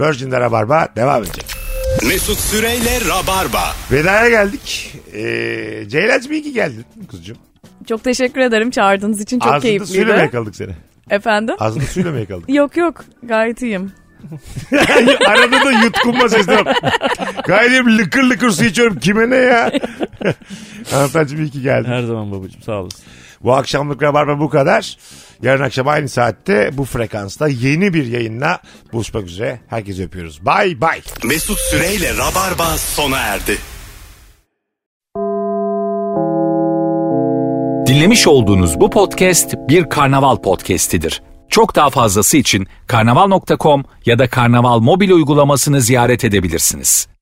Virgin'de Rabarba devam edecek.
Mesut Süreyle Rabarba.
Veda'ya geldik. Ee, Ceylancığım iyi ki geldin kuzucuğum.
Çok teşekkür ederim çağırdığınız için çok
Ağzında suyla mı
keyifliydi.
yakaladık seni?
Efendim?
Ağzında suyla mı yakaladık?
Yok yok gayet iyiyim.
Arada da yutkunma sesi de yok. Gayrim lıkır lıkır su içiyorum. Kime ne ya? Hanımefendiciğim iyi ki geldin.
Her zaman babacığım sağ olasın.
Bu akşamlık Rabarba bu kadar. Yarın akşam aynı saatte bu frekansta yeni bir yayınla buluşmak üzere. Herkese öpüyoruz. Bay bay.
Mesut Süreyle Rabarba sona erdi.
Dinlemiş olduğunuz bu podcast bir karnaval podcastidir. Çok daha fazlası için karnaval.com ya da karnaval mobil uygulamasını ziyaret edebilirsiniz.